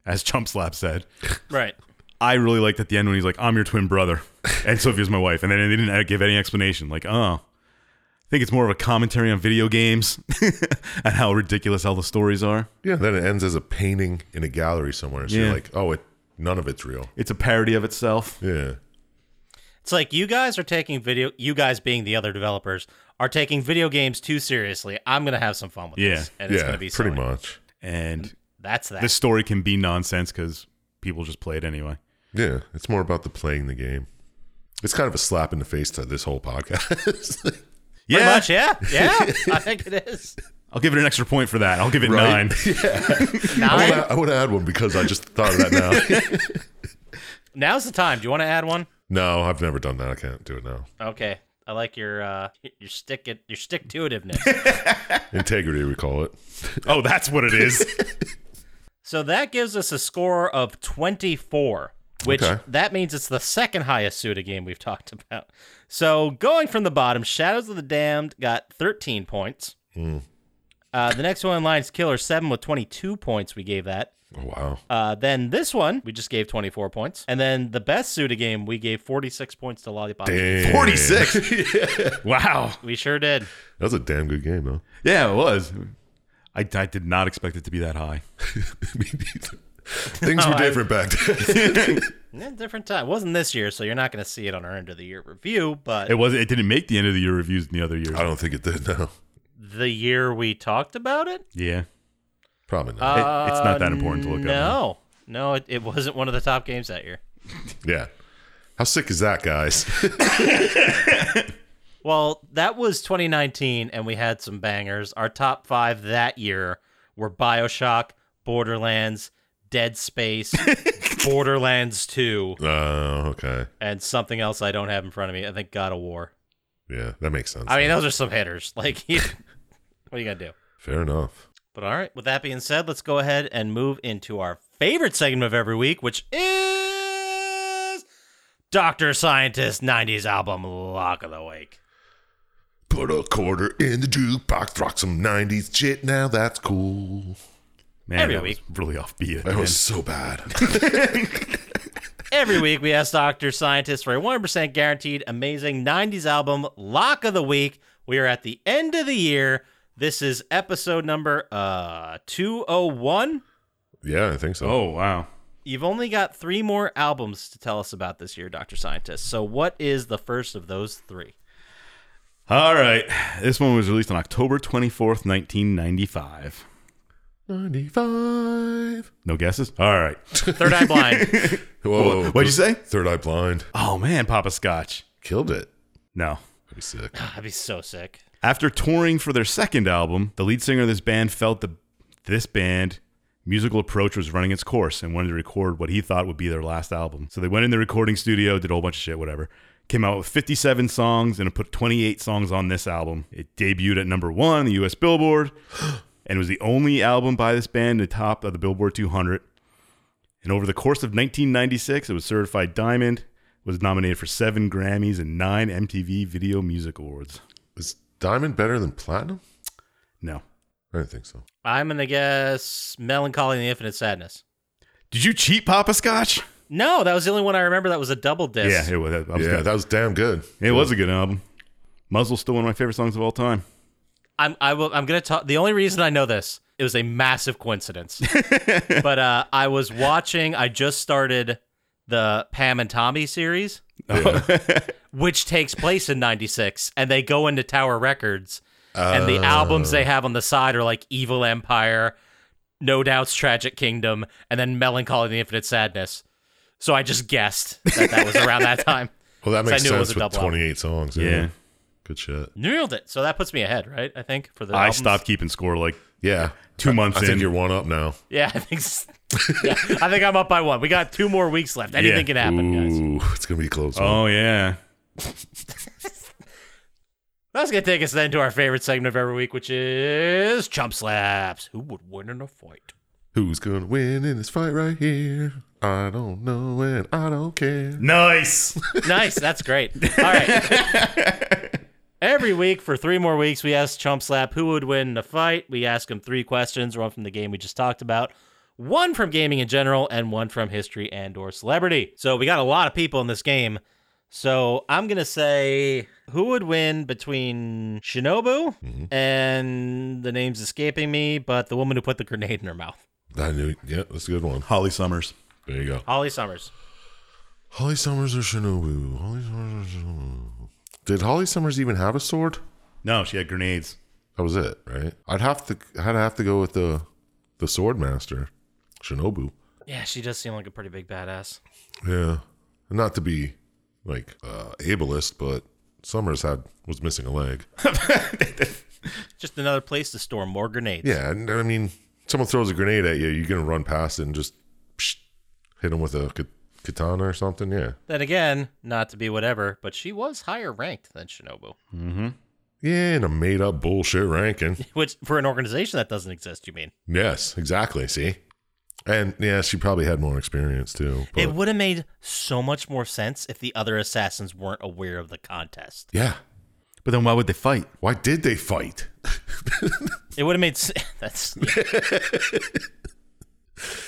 Speaker 5: As Chump Slap said.
Speaker 7: Right.
Speaker 5: I really liked at the end when he's like, I'm your twin brother, and Sophia's my wife. And then they didn't give any explanation. Like, oh, I think it's more of a commentary on video games and how ridiculous all the stories are.
Speaker 3: yeah. Then it ends as a painting in a gallery somewhere. So
Speaker 5: Yeah.
Speaker 3: you're like, oh, it none of it's real.
Speaker 5: It's a parody of itself.
Speaker 3: Yeah,
Speaker 7: It's like you guys are taking video. You guys being the other developers are taking video games too seriously. I'm gonna have some fun with
Speaker 5: Yeah.
Speaker 7: this, and it's
Speaker 3: yeah.
Speaker 7: gonna be
Speaker 3: Pretty
Speaker 7: silly.
Speaker 3: much.
Speaker 5: And
Speaker 7: That's that.
Speaker 5: this story can be nonsense because people just play it anyway.
Speaker 3: Yeah, it's more about the playing the game. It's kind of a slap in the face to this whole podcast.
Speaker 5: Yeah,
Speaker 7: Pretty much, yeah, yeah. I think it is.
Speaker 5: I'll give it an extra point for that. I'll give it nine.
Speaker 3: Right. I
Speaker 7: Nine.
Speaker 3: wanna- I want to add one because I just thought of that now.
Speaker 7: Now's the time. Do you want to add one?
Speaker 3: no, I've never done that. I can't do it now.
Speaker 7: Okay. I like your uh, your stick it your stick to itiveness.
Speaker 3: Integrity, we call it.
Speaker 5: Oh, that's what it is.
Speaker 7: so that gives us a score of twenty four, which
Speaker 3: Okay.
Speaker 7: that means it's the second highest Suda game we've talked about. So going from the bottom, Shadows of the Damned got thirteen points.
Speaker 3: Hmm.
Speaker 7: Uh, the next one in line is Killer Seven with twenty two points. We gave that.
Speaker 3: Oh, wow.
Speaker 7: Uh, then this one we just gave 24 points, and then the best Suda game we gave 46 points to Lollipop.
Speaker 3: Damn.
Speaker 5: 46. Wow.
Speaker 7: We sure did.
Speaker 3: That's a damn good game, though.
Speaker 5: Yeah, it was. I, I did not expect it to be that high.
Speaker 3: Me neither. Things were
Speaker 7: Oh, I-
Speaker 3: different back then.
Speaker 7: Yeah, different time. It wasn't this year, so you're not going to see it on our end of the year review. But
Speaker 3: Oh.
Speaker 5: It was. It didn't make the end of the year reviews in the other years.
Speaker 3: I don't think it did now.
Speaker 7: the year we talked about it?
Speaker 5: Yeah.
Speaker 3: Probably not.
Speaker 7: Uh,
Speaker 5: it's not that important to look up,
Speaker 7: No. No, it, it wasn't one of the top games that year.
Speaker 3: yeah. How sick is that, guys?
Speaker 7: Well, that was 2019, and we had some bangers. Our top five that year were Bioshock, Borderlands, Dead Space, Borderlands 2,
Speaker 3: Oh, okay.
Speaker 7: and something else I don't have in front of me. I think God of War.
Speaker 3: Yeah, that makes sense.
Speaker 7: I mean, those are some hitters. Like, you- what are you going to do?
Speaker 3: Fair enough.
Speaker 7: But all right, with that being said, let's go ahead and move into our favorite segment of every week, which is Dr. Scientist 90s album Lock of the Week.
Speaker 3: Put a quarter in the jukebox, rock some 90s shit. Now that's cool.
Speaker 5: Man,
Speaker 7: Every
Speaker 5: that
Speaker 7: week.
Speaker 5: was really offbeat. at
Speaker 3: That
Speaker 5: the
Speaker 3: was
Speaker 5: end.
Speaker 3: so bad.
Speaker 7: Every week, we ask Dr. Scientist for a 100% guaranteed amazing 90s album, Lock of the Week. We are at the end of the year. This is episode number uh 201.
Speaker 3: yeah, I think so.
Speaker 5: Oh wow.
Speaker 7: You've only got three more albums to tell us about this year, Dr. Scientist. So, what is the first of those three?
Speaker 5: All right. This one was released on October 24th, 1995.
Speaker 3: 95.
Speaker 5: No guesses? All right.
Speaker 7: Third Eye Blind.
Speaker 3: Whoa.
Speaker 5: What'd you say?
Speaker 3: Third Eye Blind.
Speaker 5: Oh man, Papa Scotch.
Speaker 3: Killed it.
Speaker 5: No.
Speaker 3: Pretty sick.
Speaker 7: That'd be so sick.
Speaker 5: After touring for their second album, the lead singer of this band felt the this band musical approach was running its course and wanted to record what he thought would be their last album. So they went in the recording studio, did a whole bunch of shit, whatever. Came out with 57 songs and put 28 songs on this album. It debuted at number one on the U.S. Billboard, and was the only album by this band to top of the Billboard 200. And over the course of 1996, it was certified diamond, was nominated for seven Grammys and nine MTV Video Music Awards.
Speaker 3: Is Diamond better than Platinum?
Speaker 5: No,
Speaker 3: I don't think so.
Speaker 7: I'm going to guess Melancholy and the Infinite Sadness.
Speaker 5: Did you cheat Papa Scotch?
Speaker 7: No, that was the only one I remember that was a double disc.
Speaker 5: Yeah, it was. That, that was
Speaker 3: yeah,
Speaker 5: good.
Speaker 3: that was damn good.
Speaker 5: it was a good album. Muzzle's still one of my favorite songs of all time.
Speaker 7: I'm I will I'm gonna talk. The only reason I know this it was a massive coincidence, but uh, I was watching. I just started the Pam and Tommy series, which takes place in '96, and they go into Tower Records, and
Speaker 5: Oh.
Speaker 7: the albums they have on the side are like Evil Empire, No Doubt's Tragic Kingdom, and then Melancholy and the Infinite Sadness. So I just guessed that that was around that time.
Speaker 3: Well, that
Speaker 7: So I
Speaker 3: makes
Speaker 7: knew it was
Speaker 3: sense
Speaker 7: a
Speaker 3: with
Speaker 7: double album.
Speaker 3: 28 songs.
Speaker 5: Yeah.
Speaker 3: Good shit.
Speaker 7: Nailed it. So that puts me ahead, right? I think for the
Speaker 5: I
Speaker 7: albums.
Speaker 5: stopped keeping score like
Speaker 3: Yeah.
Speaker 5: two months
Speaker 3: I
Speaker 5: in.
Speaker 3: think you're one up now.
Speaker 7: Yeah, I think. s- yeah, I think I'm up by one. We got two more weeks left. Anything
Speaker 5: Yeah.
Speaker 7: can happen, guys.
Speaker 3: Ooh, it's going to be a close. one.
Speaker 5: oh yeah,
Speaker 7: That's gonna take us then to our favorite segment of every week, which is chump slaps. Who would win in a fight?
Speaker 3: Who's going to win in this fight right here? I don't know and I don't care.
Speaker 5: nice.
Speaker 7: Nice. That's great. All right. Every week for three more weeks, we ask Chump Slap who would win in a fight. We ask him three questions: one from the game we just talked about, one from gaming in general, and one from history and/or celebrity. So we got a lot of people in this game. So I'm gonna say who would win between Shinobu and the name's escaping me, but the woman who put the grenade in her mouth,
Speaker 3: I knew. Yeah, that's a good one.
Speaker 5: Holly Summers.
Speaker 3: There you go.
Speaker 7: Holly Summers.
Speaker 3: Holly Summers or Shinobu? Holly Summers or Shinobu? Did Holly Summers even have a sword?
Speaker 5: No, she had grenades.
Speaker 3: That was it, right? I'd have to. I'd have to go with the the sword master, Shinobu.
Speaker 7: Yeah, she does seem like a pretty big badass.
Speaker 3: Yeah, not to be like uh, ableist, but Summers had was missing a leg.
Speaker 7: Just another place to store more grenades.
Speaker 3: Yeah, and I mean, someone throws a grenade at you, you're gonna run past it and just psh, hit them with a ka- katana or something. Yeah,
Speaker 7: Then again, not to be whatever, but she was higher ranked than Shinobu,
Speaker 3: yeah, in a made up bullshit ranking.
Speaker 7: which for an organization that doesn't exist, you mean?
Speaker 3: yes, exactly. See, and yeah, she probably had more experience too. But
Speaker 7: It would have made so much more sense if the other assassins weren't aware of the contest.
Speaker 3: yeah,
Speaker 5: But then why would they fight?
Speaker 3: why did they fight?
Speaker 7: It would have made s- that's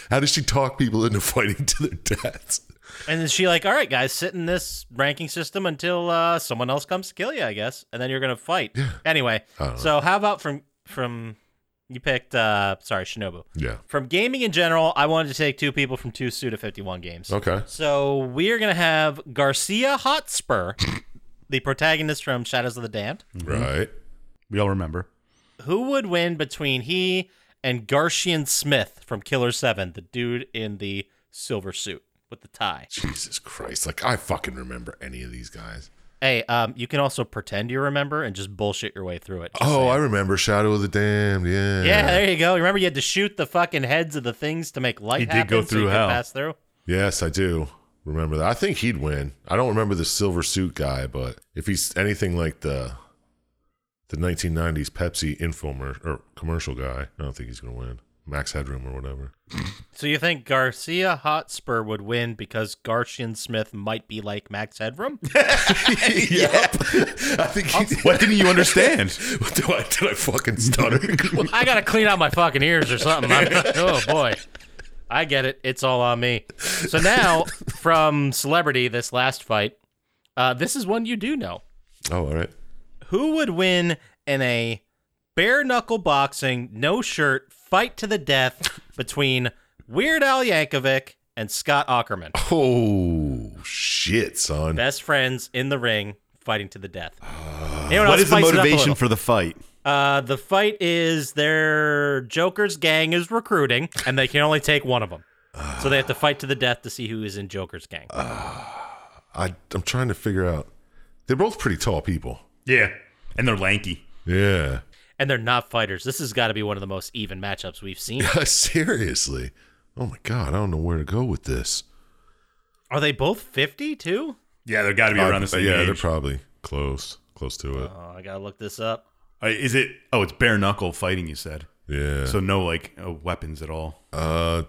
Speaker 3: How does she talk people into fighting to their deaths?
Speaker 7: and then she like, "All right, guys, sit in this ranking system until uh, someone else comes to kill you, I guess, and then you're going to fight." Anyway, so how about from from you picked uh sorry, Shinobu.
Speaker 3: Yeah.
Speaker 7: From gaming in general, I wanted to take two people from two Suda 51 games.
Speaker 3: Okay.
Speaker 7: So we are gonna have Garcia
Speaker 5: Mm-hmm.
Speaker 7: Hotspur, the protagonist from Shadows of the Damned,
Speaker 3: Right.
Speaker 5: We all remember.
Speaker 7: Who would win between he and Garcian Smith from Killer Seven, the dude in the silver suit with the tie?
Speaker 3: Jesus Christ. Like, I fucking remember any of these guys.
Speaker 7: Hey, um, you can also pretend you remember and just bullshit your way through it. Just
Speaker 3: Oh,
Speaker 7: saying.
Speaker 3: I remember Shadow of the Damned. Yeah.
Speaker 7: yeah, there you go. Remember, you had to shoot the fucking heads of the things to make light.
Speaker 5: He did go
Speaker 7: happen so you
Speaker 5: through
Speaker 7: could
Speaker 5: hell.
Speaker 7: Pass through.
Speaker 3: Yes, I do remember that. I think he'd win. I don't remember the silver suit guy, but if he's anything like the the 1990s Pepsi infomer or commercial guy, I don't think he's gonna win. Max Headroom or whatever.
Speaker 7: So you think Garcia Hotspur would win because Garcian Smith might be like Max Headroom?
Speaker 3: yep. I think he
Speaker 5: What didn't you understand?
Speaker 3: What do I, did I fucking stutter?
Speaker 7: I gotta clean out my fucking ears or something. I'm- oh boy, I get it. It's all on me. So now, from celebrity, this last fight, uh, this is one you do know.
Speaker 3: oh, all right.
Speaker 7: Who would win in a bare knuckle boxing, no shirt fight to the death between Weird Al Yankovic and Scott Ackerman,
Speaker 3: Oh shit, son.
Speaker 7: best friends in the ring, fighting to the death? Anyone
Speaker 5: Uh, What
Speaker 7: else
Speaker 5: is the
Speaker 7: spice it up a
Speaker 5: motivation
Speaker 7: little?
Speaker 5: for the fight?
Speaker 7: Uh, the fight is their Joker's gang is recruiting, and they can only take one of them. So they have to fight to the death to see who is in Joker's gang.
Speaker 3: I I'm trying to figure out. They're both pretty tall people.
Speaker 5: Yeah, and they're lanky.
Speaker 3: Yeah.
Speaker 7: and they're not fighters. This has got to be one of the most even matchups we've seen.
Speaker 3: Seriously. Oh my god, I don't know where to go with this.
Speaker 7: Are they both 50 too?
Speaker 5: Yeah, they are got to be around the
Speaker 3: Uh,
Speaker 5: same
Speaker 3: yeah,
Speaker 5: age.
Speaker 3: they're probably close, close to it.
Speaker 7: Oh, I got to look this up.
Speaker 5: Uh, is it? Oh, it's bare knuckle fighting. You said
Speaker 3: yeah.
Speaker 5: so. No, like uh, weapons at all.
Speaker 3: uh,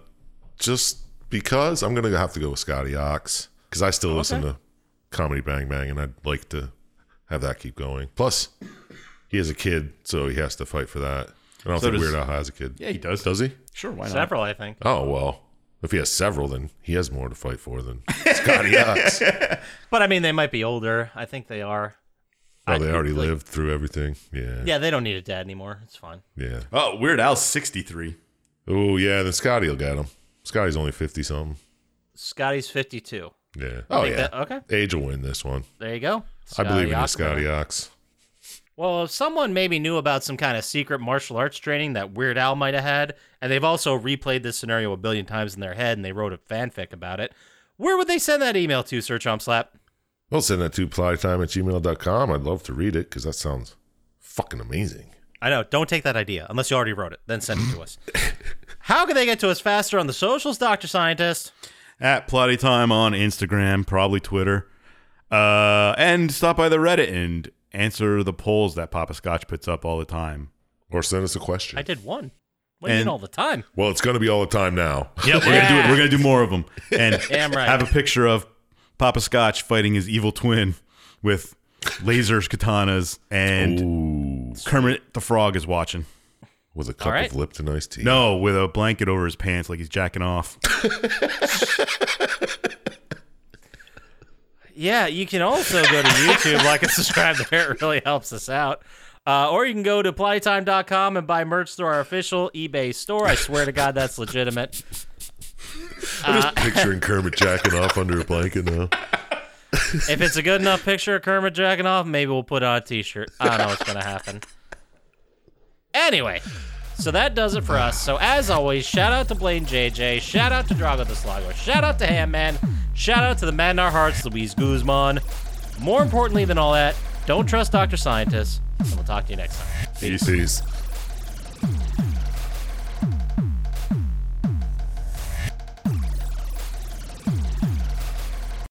Speaker 3: just because I'm gonna have to go with Scotty Ox because I still listen to Comedy Bang Bang, and I'd like to have that keep going. Plus, he has a kid, so he has to fight for that. I don't
Speaker 5: So
Speaker 3: think
Speaker 5: does-
Speaker 3: Weird Al has a kid.
Speaker 5: Yeah, he does.
Speaker 3: Does he?
Speaker 5: Sure, why not?
Speaker 7: Several, I think.
Speaker 3: Oh well, if he has several, then he has more to fight for than Scotty Ox.
Speaker 7: But I mean, they might be older. I think they are.
Speaker 3: Oh, they
Speaker 7: I-
Speaker 3: already
Speaker 7: like-
Speaker 3: lived through everything. Yeah,
Speaker 7: Yeah, they don't need a dad anymore. It's fine.
Speaker 3: yeah.
Speaker 5: Oh, Weird Al's sixty-three.
Speaker 3: Oh yeah, then Scotty'll get him. Scotty's only fifty something.
Speaker 7: Scotty's 52.
Speaker 3: Yeah. Oh
Speaker 7: think
Speaker 3: yeah.
Speaker 5: uh,
Speaker 7: that- okay.
Speaker 3: Age will win this one.
Speaker 7: There you go.
Speaker 3: I believe in you,
Speaker 7: Ackerman.
Speaker 3: Scotty Ox.
Speaker 7: Well, if someone maybe knew about some kind of secret martial arts training that Weird Al might have had, and they've also replayed this scenario a billion times in their head and they wrote a fanfic about it, where would they send that email to, Sir Chomp Slap?
Speaker 3: Well, send that to plytime at gmail.com. I'd love to read it because that sounds fucking amazing.
Speaker 7: I know, don't take that idea unless you already wrote it, then send it to us. How can they get to us faster on the socials, Dr. Scientist?
Speaker 5: at Plotty Time on Instagram, probably Twitter, uh, and stop by the Reddit and answer the polls that Papa Scotch puts up all the time.
Speaker 3: Or send us a question.
Speaker 7: I did one. What do you
Speaker 5: And-
Speaker 7: mean all the time?
Speaker 3: well, it's going to be all the time now.
Speaker 5: Yeah, we're gonna do it. We're gonna do more of them, and
Speaker 7: Damn right.
Speaker 5: have a picture of Papa Scotch fighting his evil twin with lasers, katanas, and Kermit the Frog is watching.
Speaker 3: With a cup
Speaker 7: right.
Speaker 3: of Lipton iced tea.
Speaker 5: No, with a blanket over his pants, like he's jacking off.
Speaker 7: Yeah, you can also go to YouTube, like and subscribe there. It really helps us out. Uh, or you can go to playtime.com and buy merch through our official eBay store. I swear to God, that's legitimate.
Speaker 3: I'm
Speaker 7: Uh,
Speaker 3: just picturing Kermit jacking off under a blanket now.
Speaker 7: If it's a good enough picture of Kermit jacking off, maybe we'll put on a t shirt. I don't know what's going to happen. Anyway, so that does it for us. So, as always, shout out to Blaine JJ. Shout out to Drago the Slago. Shout out to Ham Man. Shout out to the man in our hearts, Luis Guzman. More importantly than all that, don't trust Dr. Scientists, and we'll talk to you next time.
Speaker 3: Peace. Peace.